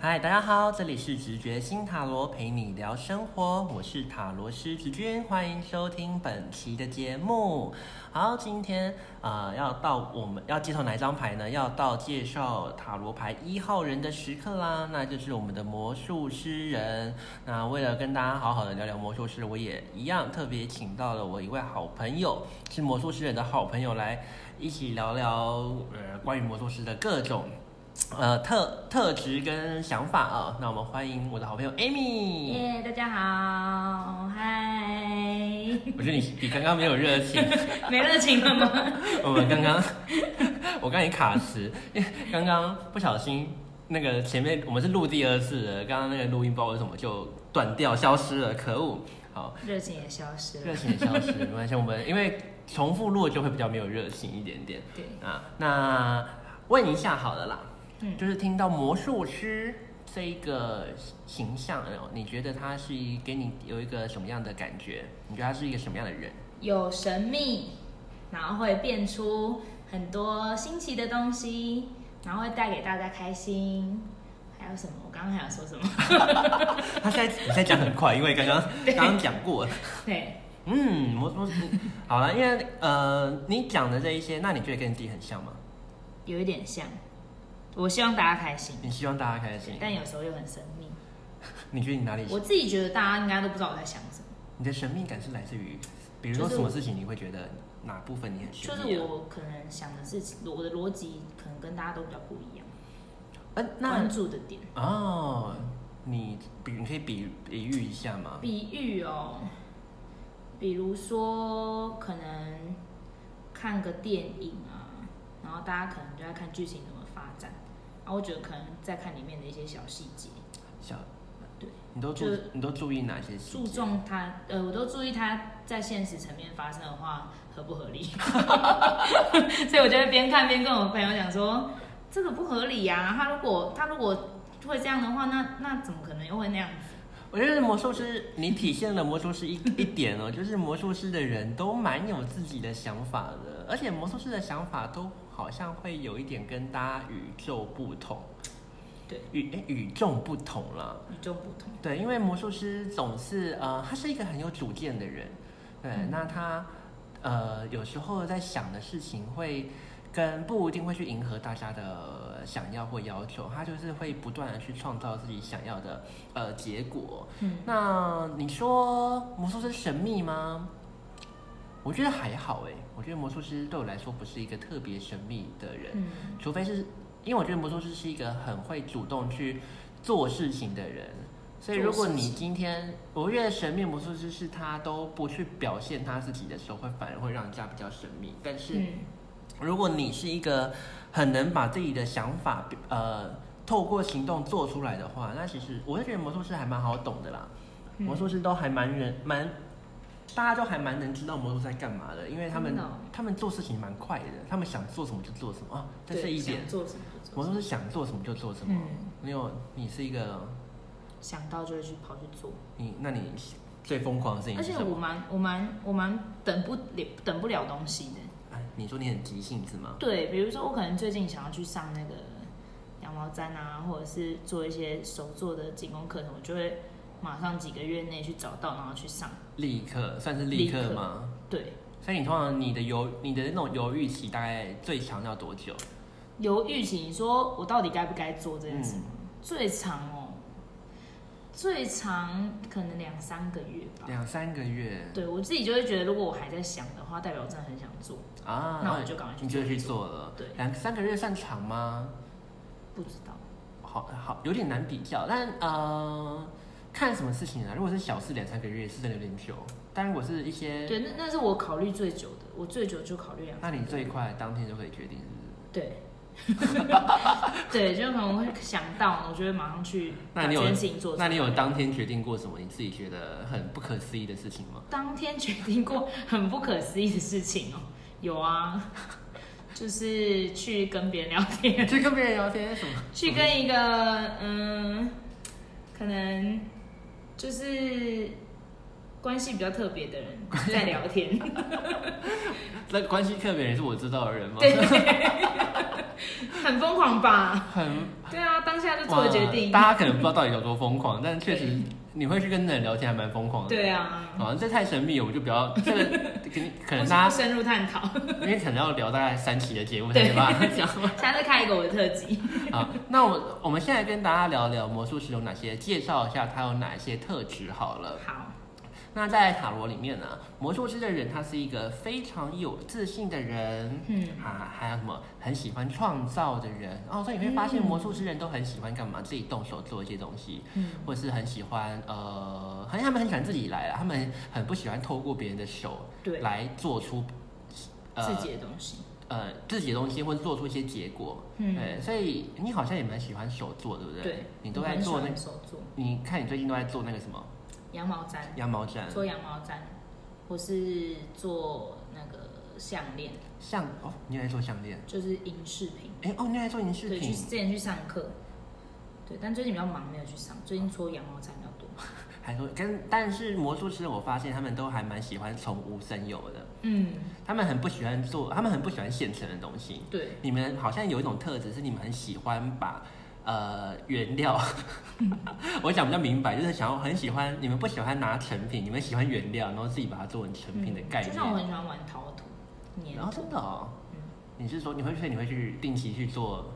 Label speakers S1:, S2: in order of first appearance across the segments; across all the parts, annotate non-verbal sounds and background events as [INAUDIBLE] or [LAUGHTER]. S1: 嗨，大家好，这里是直觉新塔罗陪你聊生活，我是塔罗师直君，欢迎收听本期的节目。好，今天呃要到我们要介绍哪一张牌呢？要到介绍塔罗牌一号人的时刻啦，那就是我们的魔术师人。那为了跟大家好好的聊聊魔术师，我也一样特别请到了我一位好朋友，是魔术师人的好朋友来一起聊聊呃关于魔术师的各种呃特特质跟想法啊、那我们欢迎我的好朋友 Amy。
S2: 耶大家好，嗨， [LAUGHS]
S1: 我觉得你比刚刚没有热情，
S2: 没热情
S1: [LAUGHS]
S2: 了吗？
S1: 我们刚刚我刚才卡词，因为刚刚不小心。那个前面我们是录第二次了，刚刚那个录音不知道为什么就断掉消失了，可恶！好，
S2: 热情也消失了
S1: 热。情也消失，没关系。我们因为重复录就会比较没有热情一点点
S2: 对，
S1: 啊。那问一下好了啦，
S2: 嗯
S1: 就是听到魔术师这一个形象，哦，你觉得他是一给你有一个什么样的感觉？你觉得他是一个什么样的人？
S2: 有神秘，然后会变出很多新奇的东西，然后会带给大家开心。还有什么？我刚刚还有说什么？
S1: [LAUGHS] 他现在你现在讲很快，因为刚刚
S2: [LAUGHS] 对
S1: 刚刚讲过了。
S2: 对，
S1: 嗯，魔术师，好了，因为呃，你讲的这一些，那你觉得跟你自己很像吗？
S2: 有一点像。我希望大家开心，
S1: 你希望大家开心，
S2: 但有时候又很神秘。
S1: 你觉得你哪里？
S2: 我自己觉得大家应该都不知道我在想什么。
S1: 你的神秘感是来自于，比如说
S2: 就是
S1: 什么
S2: 我
S1: 事情你会觉得哪部分你很神
S2: 就
S1: 秘
S2: 是
S1: 啊？
S2: 我可能想的事情，我的逻辑可能跟大家都比较不一样，
S1: 呃，那
S2: 关注的点。
S1: 哦，你比你可以比比喻一下吗？
S2: 比喻哦，比如说可能看个电影啊，然后大家可能就在看剧情怎么发展，然后我觉得可能在看里面的一些小细节，
S1: 小，
S2: 对，
S1: 你都注
S2: 就
S1: 你都注意哪些细
S2: 注
S1: 节？
S2: 重它，呃，我都注意它在现实层面发生的话合不合理， [LAUGHS] 所以我就会边看边跟我朋友讲说，这个不合理呀、他如果他如果会这样的话，那那怎么可能又会那样子？
S1: 我觉得魔术师，你体现了魔术
S2: [LAUGHS]
S1: 师一一点哦，就是魔术师的人都蛮有自己的想法的，而且魔术师的想法都好像会有一点跟大家与众不同，
S2: 对，
S1: 与诶与众不同啦。
S2: 与众不同，
S1: 对，因为魔术师总是呃，他是一个很有主见的人，对，
S2: 嗯
S1: 那他呃有时候在想的事情会跟不一定会去迎合大家的想要或要求，他就是会不断的去创造自己想要的呃结果。
S2: 嗯，
S1: 那你说魔术师神秘吗？我觉得还好诶，我觉得魔术师对我来说不是一个特别神秘的人，
S2: 嗯，
S1: 除非是因为我觉得魔术师是一个很会主动去做事情的人，所以如果
S2: 做
S1: 你
S2: 事情
S1: 今天，我觉得神秘魔术师是他都不去表现他自己的时候，会反而会让人家比较神秘。但是
S2: 嗯
S1: 如果你是一个很能把自己的想法呃透过行动做出来的话，那其实我会觉得魔术师还蛮好懂的啦。
S2: 嗯
S1: 魔术师都还蛮人蛮，大家都还蛮能知道魔术师在干嘛的，因为他们、
S2: 真的哦
S1: 他们做事情蛮快的，他们想做什么就做什么啊，这
S2: 对，
S1: 是一点
S2: 想。做什么就
S1: 魔
S2: 做什
S1: 术
S2: 么，
S1: 师想做什么就做什么，
S2: 嗯
S1: 没有你是一个
S2: 想到就会去跑去做。
S1: 你，那你最疯狂的事情
S2: 而
S1: 是
S2: 且
S1: 什
S2: 我
S1: 么？
S2: 蛮我蛮我蛮等不了等不了东西的。
S1: 哎，你说你很急性子吗？
S2: 对，比如说我可能最近想要去上那个羊毛毡啊，或者是做一些手做的仅工课程，我就会马上几个月内去找到，然后去上。
S1: 立刻算是立
S2: 立
S1: 刻
S2: 刻
S1: 吗？
S2: 对，
S1: 所以你通常你的犹你的那种犹豫期大概最长要多久？
S2: 犹豫期，你说我到底该不该做这件
S1: 嗯
S2: 事吗？最长哦，最长可能两三个月吧。
S1: 嗯两三个月
S2: 对我自己就会觉得，如果我还在想的话，代表我真的很想做，
S1: 啊，
S2: 那我就赶快去
S1: 你就
S2: 做
S1: 去做了。
S2: 对
S1: 两三个月算长吗？
S2: 不知道。
S1: 好好有点难比较，但呃，看什么事情啊？如果是小事，两三个月是真的有点久。但如果是一些，
S2: 对，那那是我考虑最久的，我最久就考虑两
S1: 那
S2: 三
S1: 你
S2: 个月
S1: 最快当天就可以决定，是不是？
S2: 对， [LAUGHS] 对，就可能会想到，我就会马上去
S1: 那
S2: 把
S1: 你
S2: 这
S1: 有
S2: 件事情做出
S1: 那
S2: 来。
S1: 你有当天决定过什么你自己觉得很不可思议的事情 [LAUGHS] 吗？
S2: 当天决定过很不可思议的事情哦？有啊， [LAUGHS] 就是去跟别人聊天，
S1: 去跟别人聊天什么？
S2: 去跟一个嗯，可能就是关系比较特别的人
S1: [LAUGHS]
S2: 在聊天，
S1: [LAUGHS] 那关系特别人是我知道的人吗？
S2: 对， [LAUGHS] 很疯狂吧？
S1: 很
S2: 对啊，当下就做了决定。
S1: 哇大家可能不知道到底有多疯狂，但确实你会去跟人聊天还蛮疯狂的。
S2: 对啊，
S1: 啊，这太神秘了，我就不要这个，可能可
S2: 不
S1: 能
S2: 是
S1: 大家
S2: [LAUGHS] 不深入探讨，
S1: 因为可能要聊大概三期的节目才
S2: 对
S1: 没
S2: [LAUGHS]
S1: 办法讲
S2: 下次开一个我的特辑。
S1: 啊。那我我们现在跟大家聊聊魔术师有哪些，介绍一下他有哪一些特质好了。
S2: 好，
S1: 那在塔罗里面呢、啊魔术师的人他是一个非常有自信的人。
S2: 嗯，
S1: 啊，还有什么很喜欢创造的人哦，所以你会发现
S2: 嗯
S1: 魔术师人都很喜欢干嘛，自己动手做一些东西，
S2: 嗯
S1: 或是很喜欢呃，好像他们很喜欢自己来啦，他们很不喜欢透过别人的手
S2: 对，
S1: 来做出
S2: 自
S1: 呃
S2: 己的东西。
S1: 呃自己的东西，或者做出一些结果。
S2: 嗯，
S1: 对，所以你好像也蛮喜欢手做，对不对？
S2: 对，
S1: 哎你都在做那
S2: 个，手做
S1: 你看你最近都在做那个什么
S2: 羊毛毡，
S1: 羊毛毡
S2: 做羊毛毡，或是做那个项链，
S1: 项哦，你也在做项链，
S2: 就是银饰品。
S1: 哎哦，你也在做银饰
S2: 对，去
S1: 品，
S2: 之前去上课，对，但最近比较忙，没有去上。最近搓羊毛毡比较多。
S1: 还说跟但是魔术师我发现他们都还蛮喜欢从无生有的，
S2: 嗯，
S1: 他们很不喜欢做，他们很不喜欢现成的东西。
S2: 对，
S1: 你们好像有一种特质是你们很喜欢把呃原料，
S2: 嗯
S1: [LAUGHS] 我讲比较明白，就是想要很喜欢你们不喜欢拿成品，你们喜欢原料，然后自己把它做成成品的概
S2: 就
S1: 念。
S2: 像我很喜欢玩陶土、粘
S1: 然后
S2: 土
S1: 真。的哦，
S2: 嗯
S1: 你是说你会去你会去定期去做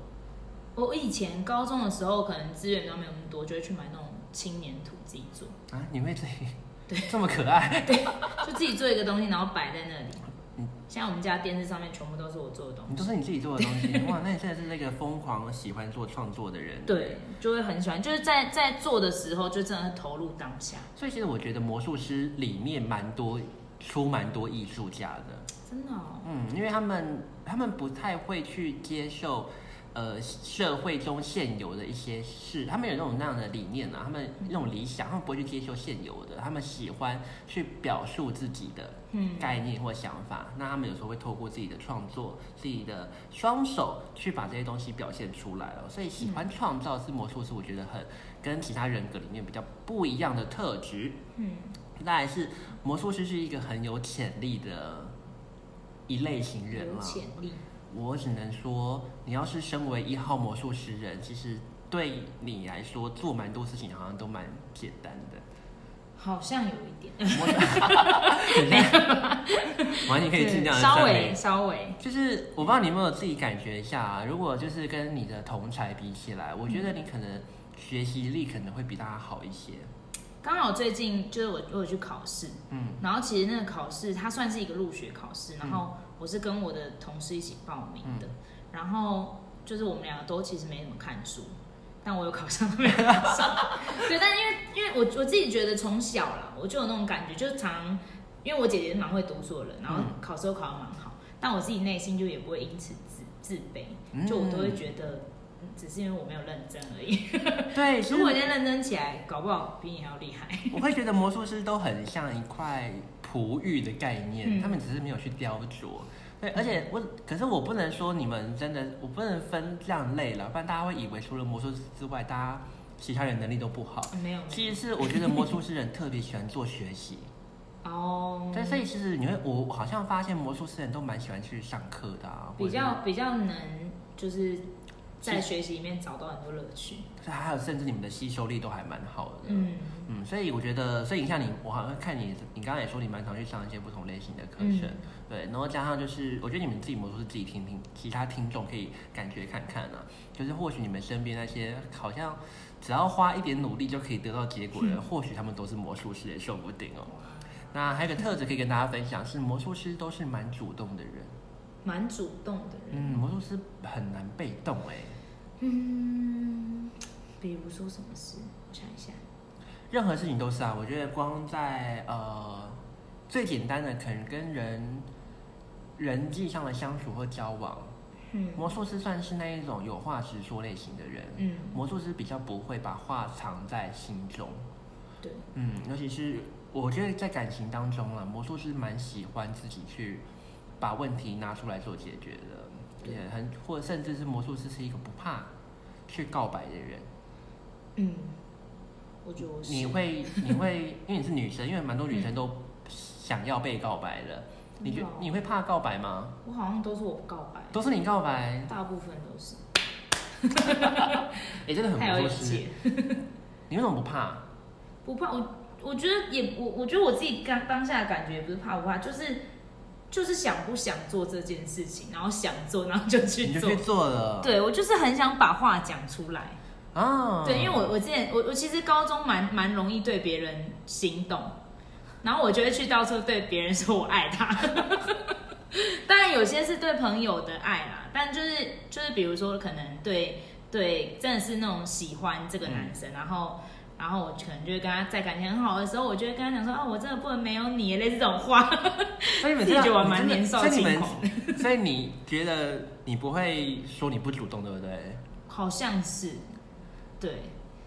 S2: 我以前高中的时候，可能资源都没有那么多，就会去买那种轻粘土自己做，
S1: 啊？你会自
S2: [LAUGHS]
S1: 己这么可爱？ [LAUGHS]
S2: 就自己做一个东西，然后摆在那里
S1: 嗯。
S2: 现在我们家电视上面全部都是我做的东
S1: 你
S2: 西，
S1: 都是你自己做的东西哇？那你真的是那个疯狂喜欢做创作的人。
S2: 对，就会很喜欢，就是在在做的时候就真的是投入当下，
S1: 所以其实我觉得魔术师里面蛮多出蛮多艺术家的。
S2: 真的、哦，
S1: 嗯，因为他们他们不太会去接受，呃，社会中现有的一些事，他们有那种那样的理念啊，他们那种理想，他们不会去接受现有的，他们喜欢去表述自己的
S2: 嗯，
S1: 概念或想法。那他们有时候会透过自己的创作、自己的双手去把这些东西表现出来了。所以喜欢创造是魔术师，我觉得很跟其他人格里面比较不一样的特质。
S2: 嗯，
S1: 再来是魔术师是一个很有潜力的一类型人啊
S2: 有
S1: 了。
S2: 潜力，
S1: 我只能说，你要是身为一号魔术师人，其实对你来说做蛮多事情好像都蛮简单
S2: [LAUGHS]
S1: 的。
S2: 好像有一点，
S1: [LAUGHS] 完全可以尽量地
S2: [LAUGHS] 稍
S1: 赞
S2: 微
S1: 美。
S2: 稍微，
S1: 就是我不知道你有没有自己感觉一下啊，如果就是跟你的同才比起来，我觉得你可能学习力可能会比大家好一些。
S2: 刚好最近就是我我有去考试，
S1: 嗯，
S2: 然后其实那个考试它算是一个入学考试，然后我是跟我的同事一起报名
S1: 嗯
S2: 的，然后就是我们两个都其实没怎么看书，但我有考上没有考
S1: [LAUGHS]
S2: 上，对，但因为因为我我自己觉得从小啦，我就有那种感觉，就是常因为我姐姐是蛮会读书的人，然后
S1: 嗯
S2: 考试都考得蛮好，但我自己内心就也不会因此自自
S1: 嗯
S2: 卑，就我都会觉得。嗯只是因为我没有认真而已。
S1: 对，其
S2: 如
S1: 实
S2: 果我今天认真起来，搞不好比你还要厉害。
S1: 我会觉得魔术师都很像一块璞玉的概念，
S2: 嗯
S1: 他们只是没有去雕琢。对，而且我，可是我不能说你们真的，我不能分这样类了，不然大家会以为除了魔术师之外，大家其他人能力都不好。
S2: 没有，没有
S1: 其实是我觉得魔术师人特别喜欢做学
S2: [LAUGHS]
S1: 习，
S2: 哦，
S1: 对，所以其实你会，我我好像发现魔术师人都蛮喜欢去上课的啊，或
S2: 比
S1: 者是
S2: 较比较能就是在学习里面找到很多乐趣。
S1: 对还有甚至你们的吸收力都还蛮好的。
S2: 嗯
S1: 嗯，所以我觉得，所以你像你，我好像看你，你刚才也说你蛮常去上一些不同类型的课程，
S2: 嗯
S1: 对，然后加上就是，我觉得你们自己魔术师自己听听，其他听众可以感觉看看啊，就是或许你们身边那些好像只要花一点努力就可以得到结果的人，或许他们都是魔术师也说不定哦。那还有一个特质可以跟大家分享是，魔术师都是蛮主动的人，
S2: 蛮主动的人。
S1: 嗯，魔术师很难被动哎、
S2: 嗯，比如说什么事？我想一下。
S1: 任何事情都是啊，我觉得光在呃最简单的，可能跟人人际上的相处或交往，
S2: 嗯
S1: 魔术师算是那一种有话直说类型的人。
S2: 嗯，
S1: 魔术师比较不会把话藏在心中，
S2: 对，
S1: 嗯，尤其是我觉得在感情当中啊，魔术师蛮喜欢自己去把问题拿出来做解决的，
S2: 对
S1: 也很或者甚至是魔术师是一个不怕去告白的人。
S2: 嗯，我觉得我是嗯
S1: 你会你会，因为你是女生，因为蛮多女生都想要被告白的，你觉
S2: 真的哦
S1: 你会怕告白吗？
S2: 我好像都是我告白，
S1: 都是你告白，
S2: 大部分都是，
S1: 也真的很
S2: 太有
S1: 不做
S2: 勇
S1: 事。
S2: 气，
S1: 你为什么不怕？
S2: 不怕我。我觉得也我我觉得我自己刚当下的感觉也不是怕不怕，就是就是想不想做这件事情，然后想做，然后就去
S1: 你就
S2: 做
S1: 去。做了。
S2: 对我就是很想把话讲出来。
S1: 啊，
S2: 对，因为我我之前我我其实高中蛮蛮容易对别人心动，然后我就会去到处对别人说我爱他。 [LAUGHS] 当然有些是对朋友的爱啦，但就是就是比如说可能对对真的是那种喜欢这个男生，然后。然后我可能就会跟他在感情很好的时候，我就会跟他讲说啊，我真的不能没有你，类似这种话。
S1: 所以你们
S2: 自
S1: 这
S2: 己
S1: 样
S2: 觉得我
S1: 你
S2: 蛮
S1: 真的
S2: 年少
S1: 所以你
S2: 轻
S1: 们
S2: 狂，
S1: 所以你觉得你不会说你不主动，对不对？
S2: 好像是，对，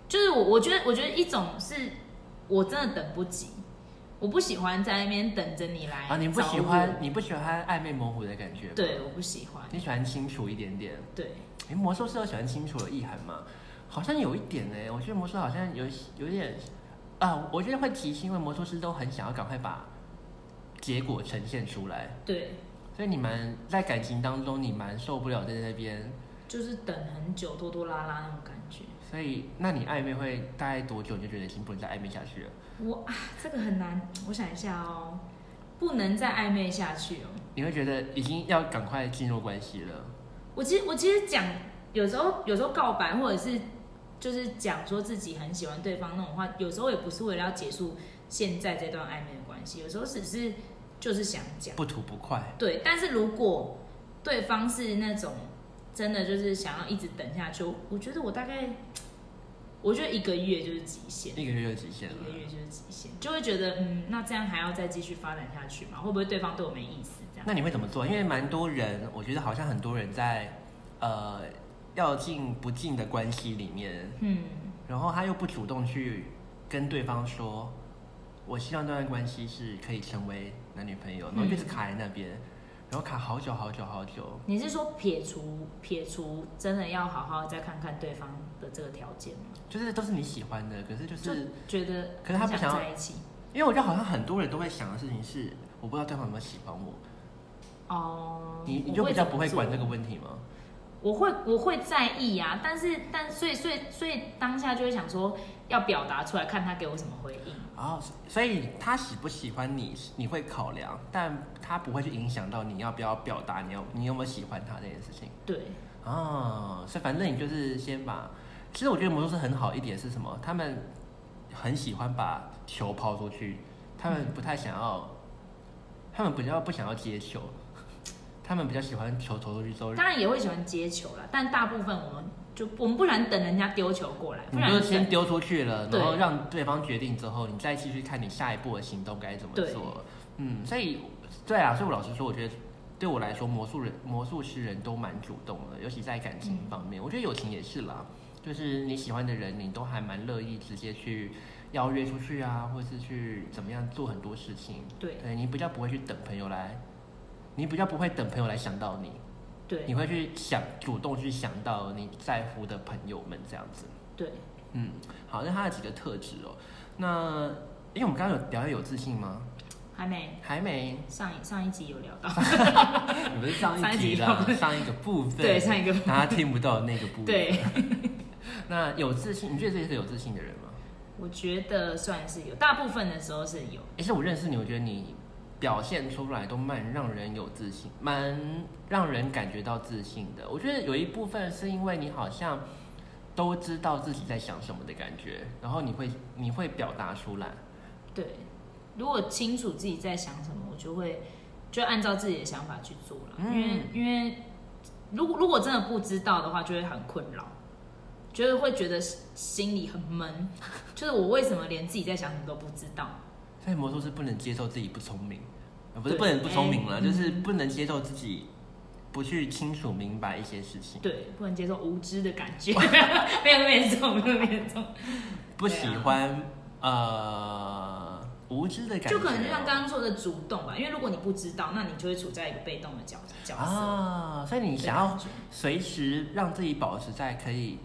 S2: 就是我我觉得我觉得一种是我真的等不及，我不喜欢在那边等着你来
S1: 啊，你不喜
S2: 找
S1: 欢你不喜欢暧昧模糊的感觉，
S2: 我，，哎对，我不喜欢，
S1: 你喜欢清楚一点点。
S2: 对，
S1: 哎，魔兽是有喜欢清楚的意涵吗？好像有一点呢，我觉得魔兽好像有有点啊，我觉得会提是因为魔术师都很想要赶快把结果呈现出来，
S2: 对，
S1: 所以你们在感情当中你蛮受不了在那边，
S2: 就是等很久，拖拖拉拉那种感觉。
S1: 所以那你暧昧会大概多久你就觉得已经不能再暧昧下去了？
S2: 我啊，这个很难，我想一下哦，不能再暧昧下去哦。
S1: 你会觉得已经要赶快进入关系了，
S2: 我其实我其实讲，有时候有时候告白或者是就是讲说自己很喜欢对方那种话，有时候也不是为了要结束现在这段暧昧的关系，有时候只是就是想讲。
S1: 不吐不快。
S2: 对，但是如果对方是那种真的就是想要一直等下去，我我觉得我大概，我觉得一个月就是极限。
S1: 一个月就极限了
S2: 一。个月就是极限，就会觉得嗯，那这样还要再继续发展下去吗？会不会对方对我没意思？这样
S1: 那你会怎么做？因为蛮多人，我觉得好像很多人在呃要进不进的关系里面，
S2: 嗯，
S1: 然后他又不主动去跟对方说，我希望这段关系是可以成为男女朋友，然后
S2: 嗯
S1: 就是卡在那边，然后卡好久好久好久。
S2: 你是说撇除撇除，真的要好好再看看对方的这个条件吗？
S1: 就是都是你喜欢的，可是就，
S2: 就是觉得
S1: 可是他不
S2: 很
S1: 想要
S2: 在一起
S1: 因为我觉得好像很多人都会想的事情是，我不知道对方有没有喜欢我，
S2: 哦，
S1: 你你
S2: 我
S1: 就比较不会
S2: 怎么
S1: 管
S2: 做
S1: 这个问题吗？
S2: 我会我会在意啊，但是但所以所以所以当下就会想说要表达出来，看他给我什么回应。
S1: 哦，所以他喜不喜欢你，你会考量，但他不会去影响到你要不要表达你有你有没有喜欢他这件事情
S2: 对，
S1: 哦，所以反正你就是先把，其实我觉得魔术师很好一点是什么？他们很喜欢把球抛出去，他们不太想要，他们比较不想要接球，他们比较喜欢球投出去之后，
S2: 当然也会喜欢接球啦，但大部分我们就我们不然等人家丢球过来，不
S1: 你
S2: 然
S1: 就
S2: 等
S1: 先丢出去了，
S2: 对
S1: 然后让对方决定之后，你再继续看你下一步的行动该怎么
S2: 对
S1: 做。嗯，所以对啊，所以我老实说，我觉得对我来说，魔术人、魔术师人都蛮主动的，尤其在感情
S2: 嗯
S1: 方面，我觉得友情也是啦。就是你喜欢的人，你都还蛮乐意直接去邀约出去啊，或是去怎么样做很多事情。
S2: 对
S1: 对你比较不会去等朋友来，你比较不会等朋友来想到你，
S2: 对
S1: 你会去想主动去想到你在乎的朋友们这样子。
S2: 对，
S1: 嗯，好，那它的几个特质哦。那因为我们刚刚有聊到有自信吗？
S2: 还没
S1: 还 [LAUGHS] 没，
S2: 上一上一集有
S1: [LAUGHS]
S2: 聊到，
S1: 你们是上
S2: 上
S1: 一
S2: 一
S1: 集
S2: 集
S1: 的
S2: 有
S1: 啊上一个部分，
S2: 对上一个
S1: 大家听不到的那个部分。，
S2: 对，
S1: 那有自信，你觉得自己是有自信的人吗？
S2: 我觉得算是有，大部分的时候是有，
S1: 而且我认识你，我觉得你表现出来都蛮让人有自信，蛮让人感觉到自信的。我觉得有一部分是因为你好像都知道自己在想什么的感觉，然后你会你会表达出来。
S2: 对，如果清楚自己在想什么，我就会就按照自己的想法去做了、
S1: 嗯
S2: 因为因为如果如果真的不知道的话，就会很困扰，就是会觉得心里很闷， [LAUGHS] 就是我为什么连自己在想什么都不知道？
S1: 所以魔术师不能接受自己不聪明，呃不是
S2: 对
S1: 不能不聪明了，
S2: 哎
S1: 就是不能接受自己不去清楚明白一些事情，
S2: 对，不能接受无知的感
S1: [LAUGHS]
S2: 觉，没有那么严重，没有那么严重，
S1: 不
S2: 啊
S1: 喜欢、呃无知的感觉，
S2: 就可能就像刚刚说的主动吧，因为如果你不知道，那你就会处在一个被动的角角色。
S1: 啊，所以你
S2: 的
S1: 想要
S2: 感觉
S1: 随时让自己保持在可以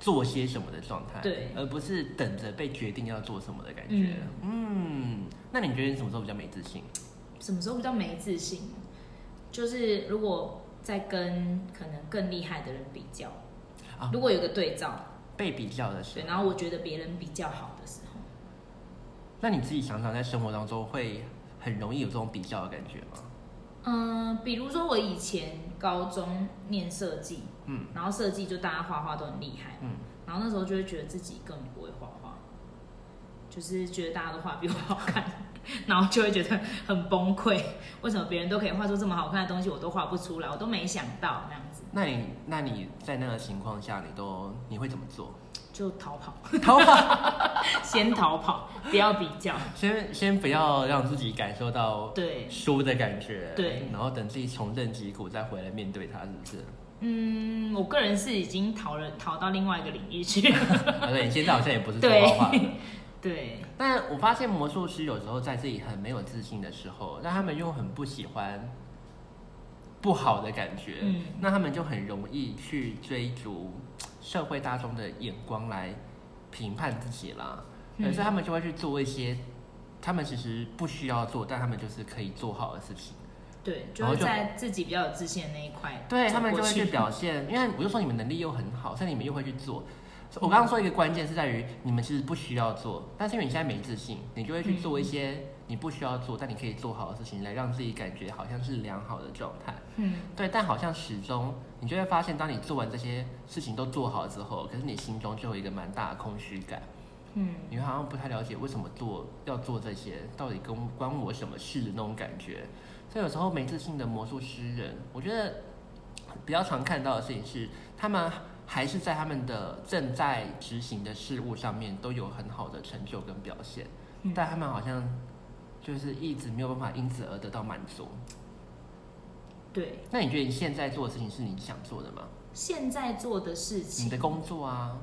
S1: 做些什么的状态，
S2: 对
S1: 而不是等着被决定要做什么的感觉
S2: 嗯。
S1: 嗯那你觉得你什么时候比较没自信？
S2: 什么时候比较没自信？就是如果在跟可能更厉害的人比较，
S1: 啊嗯
S2: 如果有个对照，
S1: 被比较的时
S2: 对，
S1: 候，
S2: 然后我觉得别人比较好的时候，
S1: 那你自己想想，在生活当中会很容易有这种比较的感觉吗？
S2: 嗯，比如说我以前高中念设计，
S1: 嗯
S2: 然后设计就大家画画都很厉害，
S1: 嗯，
S2: 然后那时候就会觉得自己根本不会画画，就是觉得大家都画比我好看， [LAUGHS] 然后就会觉得很崩溃。为什么别人都可以画出这么好看的东西，我都画不出来，我都没想到那样子，
S1: 那你那你在那个情况下，你都你会怎么做？ [LAUGHS]
S2: 就逃跑，
S1: 逃跑，
S2: 先逃跑，不要比较。
S1: 先先不要让自己感受到
S2: 对，
S1: 输的感觉，
S2: 对
S1: 然后等自己重振旗鼓再回来面对它，是不是？ [LAUGHS]
S2: 嗯，我个人是已经逃了，逃到另外一个领域
S1: [LAUGHS]
S2: 去。
S1: 啊对，你现在好像也不是做
S2: 对
S1: 画画
S2: [LAUGHS]
S1: 的。
S2: 对，
S1: 但我发现魔术师有时候在自己很没有自信的时候，那他们又很不喜欢不好的感觉，
S2: 嗯
S1: 那他们就很容易去追逐社会大众的眼光来评判自己啦。
S2: 嗯
S1: 可是他们就会去做一些他们其实不需要做，但他们就是可以做好的事情。
S2: 对，就
S1: 然后
S2: 是
S1: 就
S2: 在自己比较有自信的那一块走过去，
S1: 对他们就会去表现， [LAUGHS] 因为我就说你们能力又很好，所以你们又会去做。所以我刚刚说一个关键是在于你们其实不需要做，但是因为你现在没自信，你就会去做一些你不需要做但你可以做好的事情，来让自己感觉好像是良好的状态。
S2: 嗯，
S1: 对，但好像始终你就会发现，当你做完这些事情都做好之后，可是你心中就有一个蛮大的空虚感，
S2: 嗯，
S1: 你好像不太了解为什么做要做这些，到底跟关我什么事的那种感觉。所以有时候没自信的魔术师人，我觉得比较常看到的事情是，他们还是在他们的正在执行的事物上面都有很好的成就跟表现，
S2: 嗯
S1: 但他们好像就是一直没有办法因此而得到满足。
S2: 对。
S1: 那你觉得你现在做的事情是你想做的吗？
S2: 现在做的事情，
S1: 你的工作啊，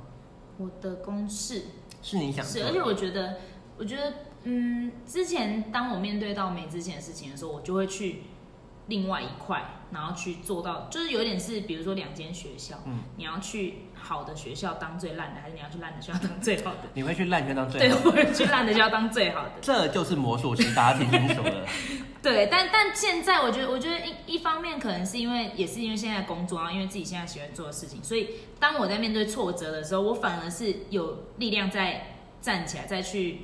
S2: 我的公式
S1: 是你想做
S2: 是，
S1: 的，
S2: 而且我觉得，我觉得，嗯，之前当我面对到没之前的事情的时候，我就会去另外一块，然后去做到，就是有点是，比如说两间学校，
S1: 嗯
S2: 你要去好的学校当最烂的，还是你要去烂的学校当最
S1: [LAUGHS]
S2: 好的？
S1: 你会去烂圈当最
S2: 对，
S1: 好，
S2: 我会去烂的学校当最好的。
S1: 这就是魔术师，大家听清楚
S2: [LAUGHS]
S1: 了。
S2: 对，但但现在我觉得，我觉得一一方面可能是因为也是因为现在工作啊，因为自己现在喜欢做的事情，所以当我在面对挫折的时候，我反而是有力量在站起来，再去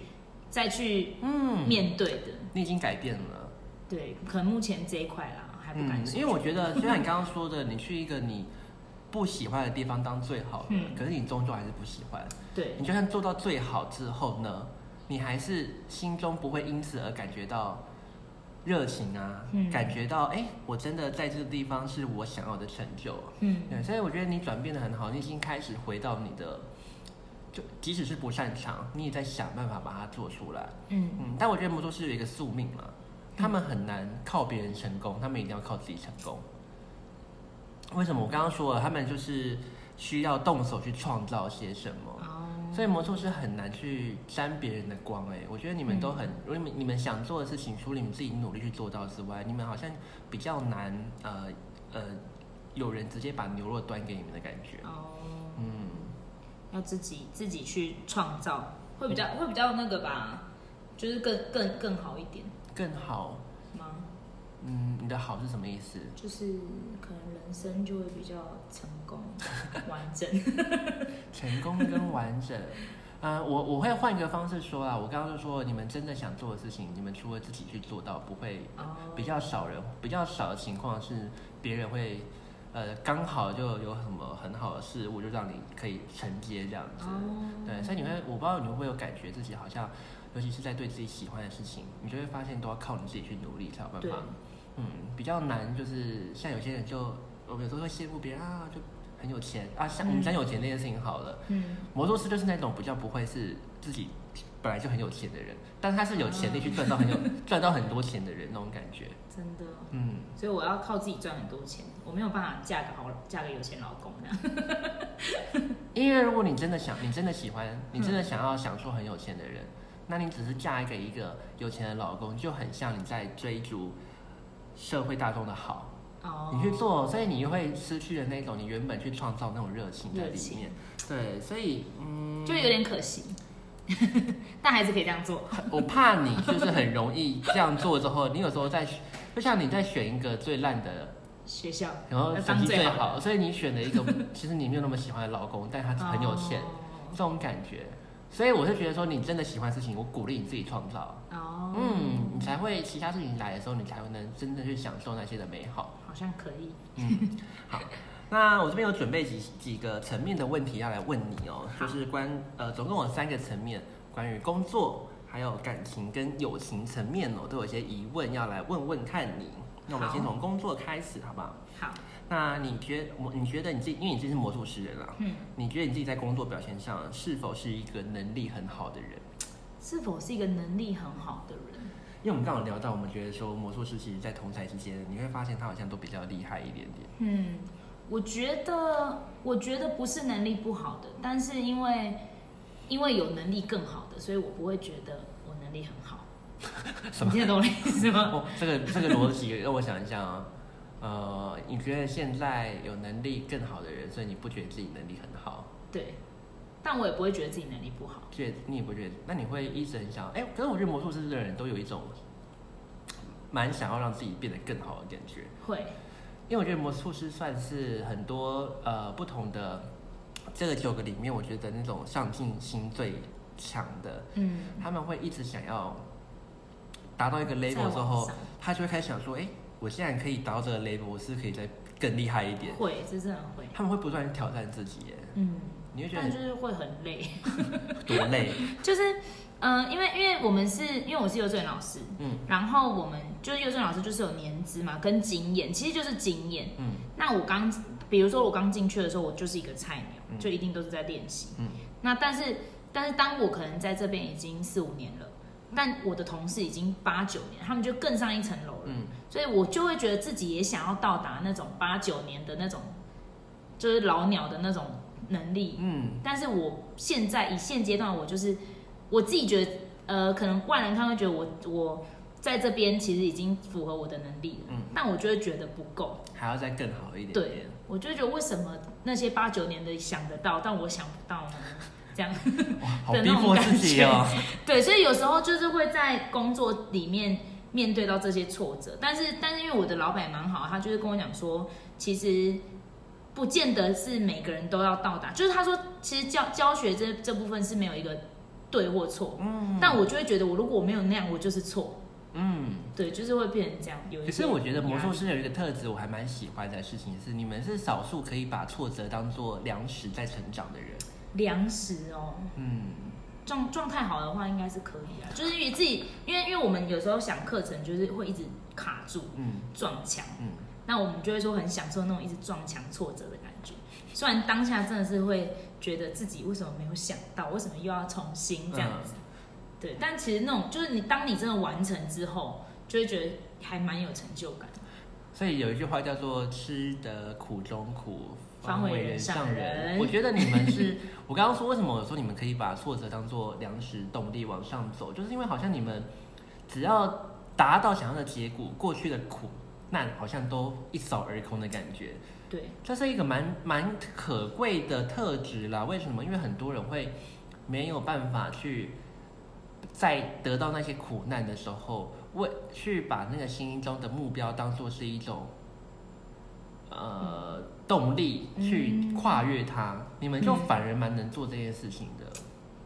S2: 再去
S1: 嗯，
S2: 面对的。
S1: 你已经改变了，
S2: 对，可能目前这一块啦，还不敢
S1: 嗯，
S2: 说。
S1: 因为我觉得，就像你刚刚说的，你去一个你不喜欢的地方当最好的，
S2: 嗯
S1: 可是你终究还是不喜欢。
S2: 对
S1: 你就算做到最好之后呢，你还是心中不会因此而感觉到热情啊，
S2: 嗯
S1: 感觉到哎、诶我真的在这个地方是我想要的成就啊、
S2: 嗯
S1: 对，所以我觉得你转变的很好，你已经开始回到你的，就即使是不擅长，你也在想办法把它做出来。
S2: 嗯
S1: 嗯，但我觉得魔术师有一个宿命嘛，他们很难靠别人成功，他们一定要靠自己成功。为什么？我刚刚说了，他们就是需要动手去创造些什么，
S2: 哦，
S1: 嗯所以魔术师很难去沾别人的光、哎，我觉得你们都很，如果你们你们想做的事情，除了你们自己努力去做到之外，你们好像比较难，呃呃，有人直接把牛肉端给你们的感觉。
S2: 哦，
S1: 嗯，
S2: 要自己自己去创造，会比较
S1: 嗯
S2: 会比较那个吧，就是更更更好一点
S1: 更好，
S2: 吗？
S1: 嗯，你的好是什么意思？
S2: 就是可能人生就会比较成功、完整。
S1: [LAUGHS] 成功跟完整。呃，我我会换一个方式说啊，我刚刚就说，你们真的想做的事情，你们除了自己去做到，不会
S2: 哦
S1: 比较少人，比较少的情况是别人会，呃，刚好就有什么很好的事物，就让你可以承接这样子。
S2: 哦，
S1: 对，所以你会，我不知道你会不会有感觉自己好像，尤其是在对自己喜欢的事情，你就会发现都要靠你自己去努力才有办
S2: 对
S1: 法。嗯，比较难就是像有些人就，我们有时候会羡慕别人啊，就很有钱啊，像我们讲有钱这件事情好了。
S2: 嗯，
S1: 魔术师就是那种比较不会是自己本来就很有钱的人，但他是有潜力去赚到很有赚到很多钱的人那种感觉。
S2: 真的，
S1: 嗯，
S2: 所以我要靠自己赚很多钱，我没有办法嫁个好嫁个有钱老公那样。
S1: 因为如果你真的想，你真的喜欢，你真的想要享受很有钱的人，那你只是嫁一个一个有钱的老公，就很像你在追逐社会大众的好。
S2: 哦，
S1: 你去做，所以你会失去了那种你原本去创造那种热情在
S2: 热
S1: 里
S2: 情
S1: 面。对，所以嗯，
S2: 就有点可惜。 [LAUGHS] 但还是可以这样做。
S1: 我怕你就是很容易这样做之后，你有时候在就像你在选一个最烂的，
S2: 学校
S1: 然后
S2: 要
S1: 成
S2: 当
S1: 绩最
S2: 好
S1: 好，所以你选了一个其实你没有那么喜欢的老公，但他很有钱，这种感觉。所以我是觉得说，你真的喜欢的事情，我鼓励你自己创造，
S2: 哦，哦，
S1: 嗯，你才会其他事情来的时候，你才会能真正去享受那些的美好。
S2: 好像可以。
S1: 嗯， [LAUGHS] 好，那我这边有准备几几个层面的问题要来问你哦，
S2: 好
S1: 就是关呃，总共有三个层面，关于工作、还有感情跟友情层面哦，都有一些疑问要来问问看你。那我们
S2: 好
S1: 先从工作开始，好不好？
S2: 好，
S1: 那你觉我你觉得你自己，因为你自己是魔术师人啊，
S2: 嗯，
S1: 你觉得你自己在工作表现上是否是一个能力很好的人？
S2: 是否是一个能力很好的人？
S1: 因为我们刚好聊到，我们觉得说魔术师其实在同才之间，你会发现他好像都比较厉害一点点。
S2: [LAUGHS] 嗯，我觉得，我觉得不是能力不好的，但是因为因为有能力更好的，所以我不会觉得我能力很好。
S1: [LAUGHS] 什
S2: 你
S1: 么
S2: 听得懂我的意
S1: [LAUGHS]
S2: 思吗？
S1: 哦，这个这个逻辑让我想一下啊、呃，你觉得现在有能力更好的人，所以你不觉得自己能力很好，
S2: 对，但我也不会觉得自己能力不好。
S1: 觉得你也不觉得，那你会一直很想，哎、可是我觉得魔术师的人都有一种蛮想要让自己变得更好的感觉，
S2: 会，
S1: 因为我觉得魔术师算是很多呃不同的呃这个九个里面，我觉得那种上进心最强的，
S2: 嗯，
S1: 他们会一直想要达到一个
S2: 在
S1: level 之
S2: 网
S1: 后
S2: 上，
S1: 他就会开始想说，哎、我现在可以达到这个 level，我是可以再更厉害一点。
S2: 会，这真的会。
S1: 他们会不断地挑战自己耶，
S2: 嗯，
S1: 你会觉得
S2: 但就
S1: 很
S2: 是会很累，
S1: 多累？
S2: 就是，嗯、因为因为我们是因为我是幼稚园老师，
S1: 嗯
S2: 然后我们就是幼稚园老师就是有年资嘛，跟经验，其实就是经验。
S1: 嗯
S2: 那我刚，比如说我刚进去的时候，我就是一个菜鸟，
S1: 嗯
S2: 就一定都是在练习。
S1: 嗯
S2: 那但是但是当我可能在这边已经四五年了，但我的同事已经八九年，他们就更上一层楼了。
S1: 嗯，
S2: 所以我就会觉得自己也想要到达那种八九年的那种，就是老鸟的那种能力。
S1: 嗯
S2: 但是我现在以现阶段，我就是我自己觉得，呃，可能外人看会觉得我我在这边其实已经符合我的能力了，
S1: 嗯，
S2: 但我就会觉得不够。
S1: 还要再更好一点
S2: 对
S1: 点。，
S2: 我就会觉得为什么那些八九年的想得到，但我想不到呢？这样
S1: 哇，好
S2: 的
S1: 逼
S2: 那种
S1: 迫自己哦。
S2: 对，所以有时候就是会在工作里面面对到这些挫折，但是但是因为我的老板蛮好，他就是跟我讲说，其实不见得是每个人都要到达，就是他说其实教教学这这部分是没有一个对或错，
S1: 嗯
S2: 但我就会觉得我如果我没有那样，我就是错，
S1: 嗯，
S2: 对，就是会变成这样。有一
S1: 可
S2: 些
S1: 是我觉得魔
S2: 压
S1: 术
S2: 力
S1: 师有一个特质，我还蛮喜欢的事情是，你们是少数可以把挫折当做粮食在成长的人。
S2: 粮食哦，
S1: 嗯
S2: 状状态好的话应该是可以啊，就是因为自己，因为因为我们有时候想课程就是会一直卡住
S1: 嗯
S2: 撞墙。
S1: 嗯，
S2: 那我们就会说很享受那种一直撞墙挫折的感觉。虽然当下真的是会觉得自己为什么没有想到，为什么又要重新这样子，对。但其实那种就是你当你真的完成之后，就会觉得还蛮有成就感。
S1: 所以有一句话叫做“吃得苦中苦，
S2: 方为人上人
S1: 我觉得你们是，
S2: [LAUGHS]
S1: 我刚刚说为什么我说你们可以把挫折当做粮食动力往上走，就是因为好像你们只要达到想要的结果，过去的苦难好像都一扫而空的感觉。
S2: 对，
S1: 这是一个蛮蛮可贵的特质啦。为什么？因为很多人会没有办法去在得到那些苦难的时候，为去把那个心中的目标当做是一种呃动力去
S2: 嗯
S1: 跨越它。你们就
S2: 嗯
S1: 反而蛮能做这件事情的。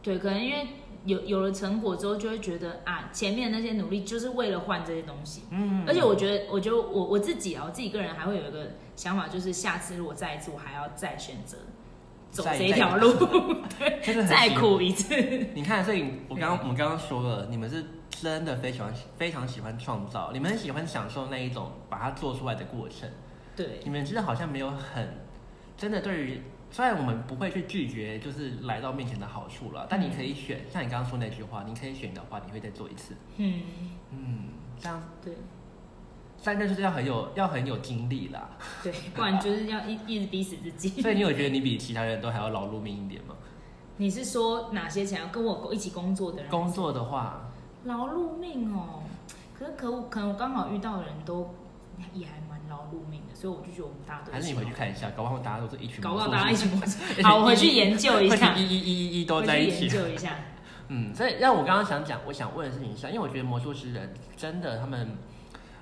S2: 对，可能因为有有了成果之后，就会觉得啊，前面那些努力就是为了换这些东西。
S1: 嗯
S2: 而且我觉得，我觉得我我自己啊，我自己个人还会有一个想法，就是下次如果再一次，我还要再选择走
S1: 再
S2: 这一条 [LAUGHS] 路，对，
S1: 真的很
S2: 再
S1: 辛
S2: 嗯苦一次。
S1: 你看，所以我刚刚我们刚刚说了，你们是真的非常非常喜欢创造，你们很喜欢享受那一种把它做出来的过程。
S2: 对，
S1: 你们真的好像没有很真的对于，虽然我们不会去拒绝，就是来到面前的好处了，但你可以选，像你刚刚说那句话，你可以选的话，你会再做一次。
S2: 嗯，
S1: 嗯，这样，
S2: 对
S1: 但就是要很有要很有精力啦。
S2: 对，不然就是要一一直逼死自己。 [LAUGHS]
S1: 所以你有觉得你比其他人都还要劳碌命一点吗？
S2: 你是说哪些想要跟我一起工作的人？
S1: 工作的话，
S2: 劳碌命哦，可是可我可能我刚好遇到的人都也还蛮劳碌命的，所以我就觉得我们大家都
S1: 还是你回去看一下，搞不好大家都是一群
S2: 搞不
S1: 魔
S2: 好
S1: 术 [LAUGHS]
S2: 大家一
S1: 师，
S2: 起工作。
S1: 而且
S2: 好，我回去研究一
S1: 而且
S2: 下，
S1: 一一一一一都
S2: 回
S1: 在
S2: 去
S1: 一
S2: 研
S1: [LAUGHS] 起。
S2: 究一下。
S1: 嗯，所以让我刚刚想讲，我想问的事情是，因为我觉得魔术师人真的他们，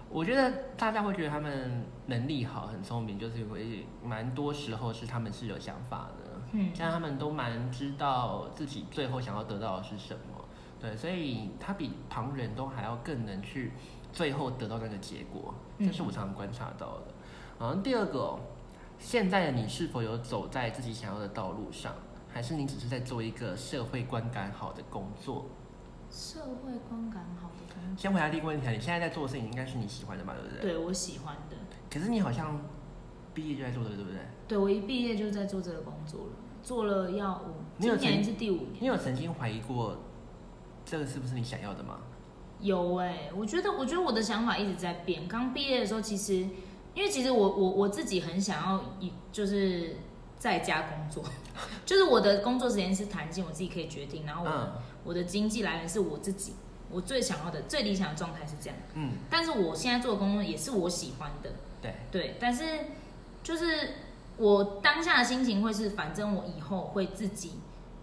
S1: 我觉得大家会觉得他们能力好，很聪明，就是会蛮多时候是他们是有想法的，
S2: 嗯
S1: 像他们都蛮知道自己最后想要得到的是什么，对，所以他比旁人都还要更能去最后得到那个结果，
S2: 嗯
S1: 这是我常常观察到的。然后第二个哦、现在的你是否有走在自己想要的道路上，还是你只是在做一个社会观感好的工作？
S2: 社会观感好的工作，
S1: 先回答第一个问题啊，你现在在做的事情应该是你喜欢的嘛，对不对？
S2: 对我喜欢的。
S1: 可是你好像毕业就在做这个，对不对？
S2: 对我一毕业就在做这个工作了，做了要五，
S1: 你有
S2: 今
S1: 曾
S2: 年是第五年。
S1: 你有曾经怀疑过这个是不是你想要的吗？
S2: 有哎、我觉得，我觉得我的想法一直在变。刚毕业的时候，其实因为其实我我我自己很想要一就是在家工作， [LAUGHS] 就是我的工作时间是弹性，我自己可以决定，啊然后我、
S1: 嗯
S2: 我的经济来源是我自己，我最想要的、最理想的状态是这样。
S1: 嗯，
S2: 但是我现在做的工作也是我喜欢的，
S1: 对，
S2: 对，但是就是我当下的心情会是，反正我以后会自己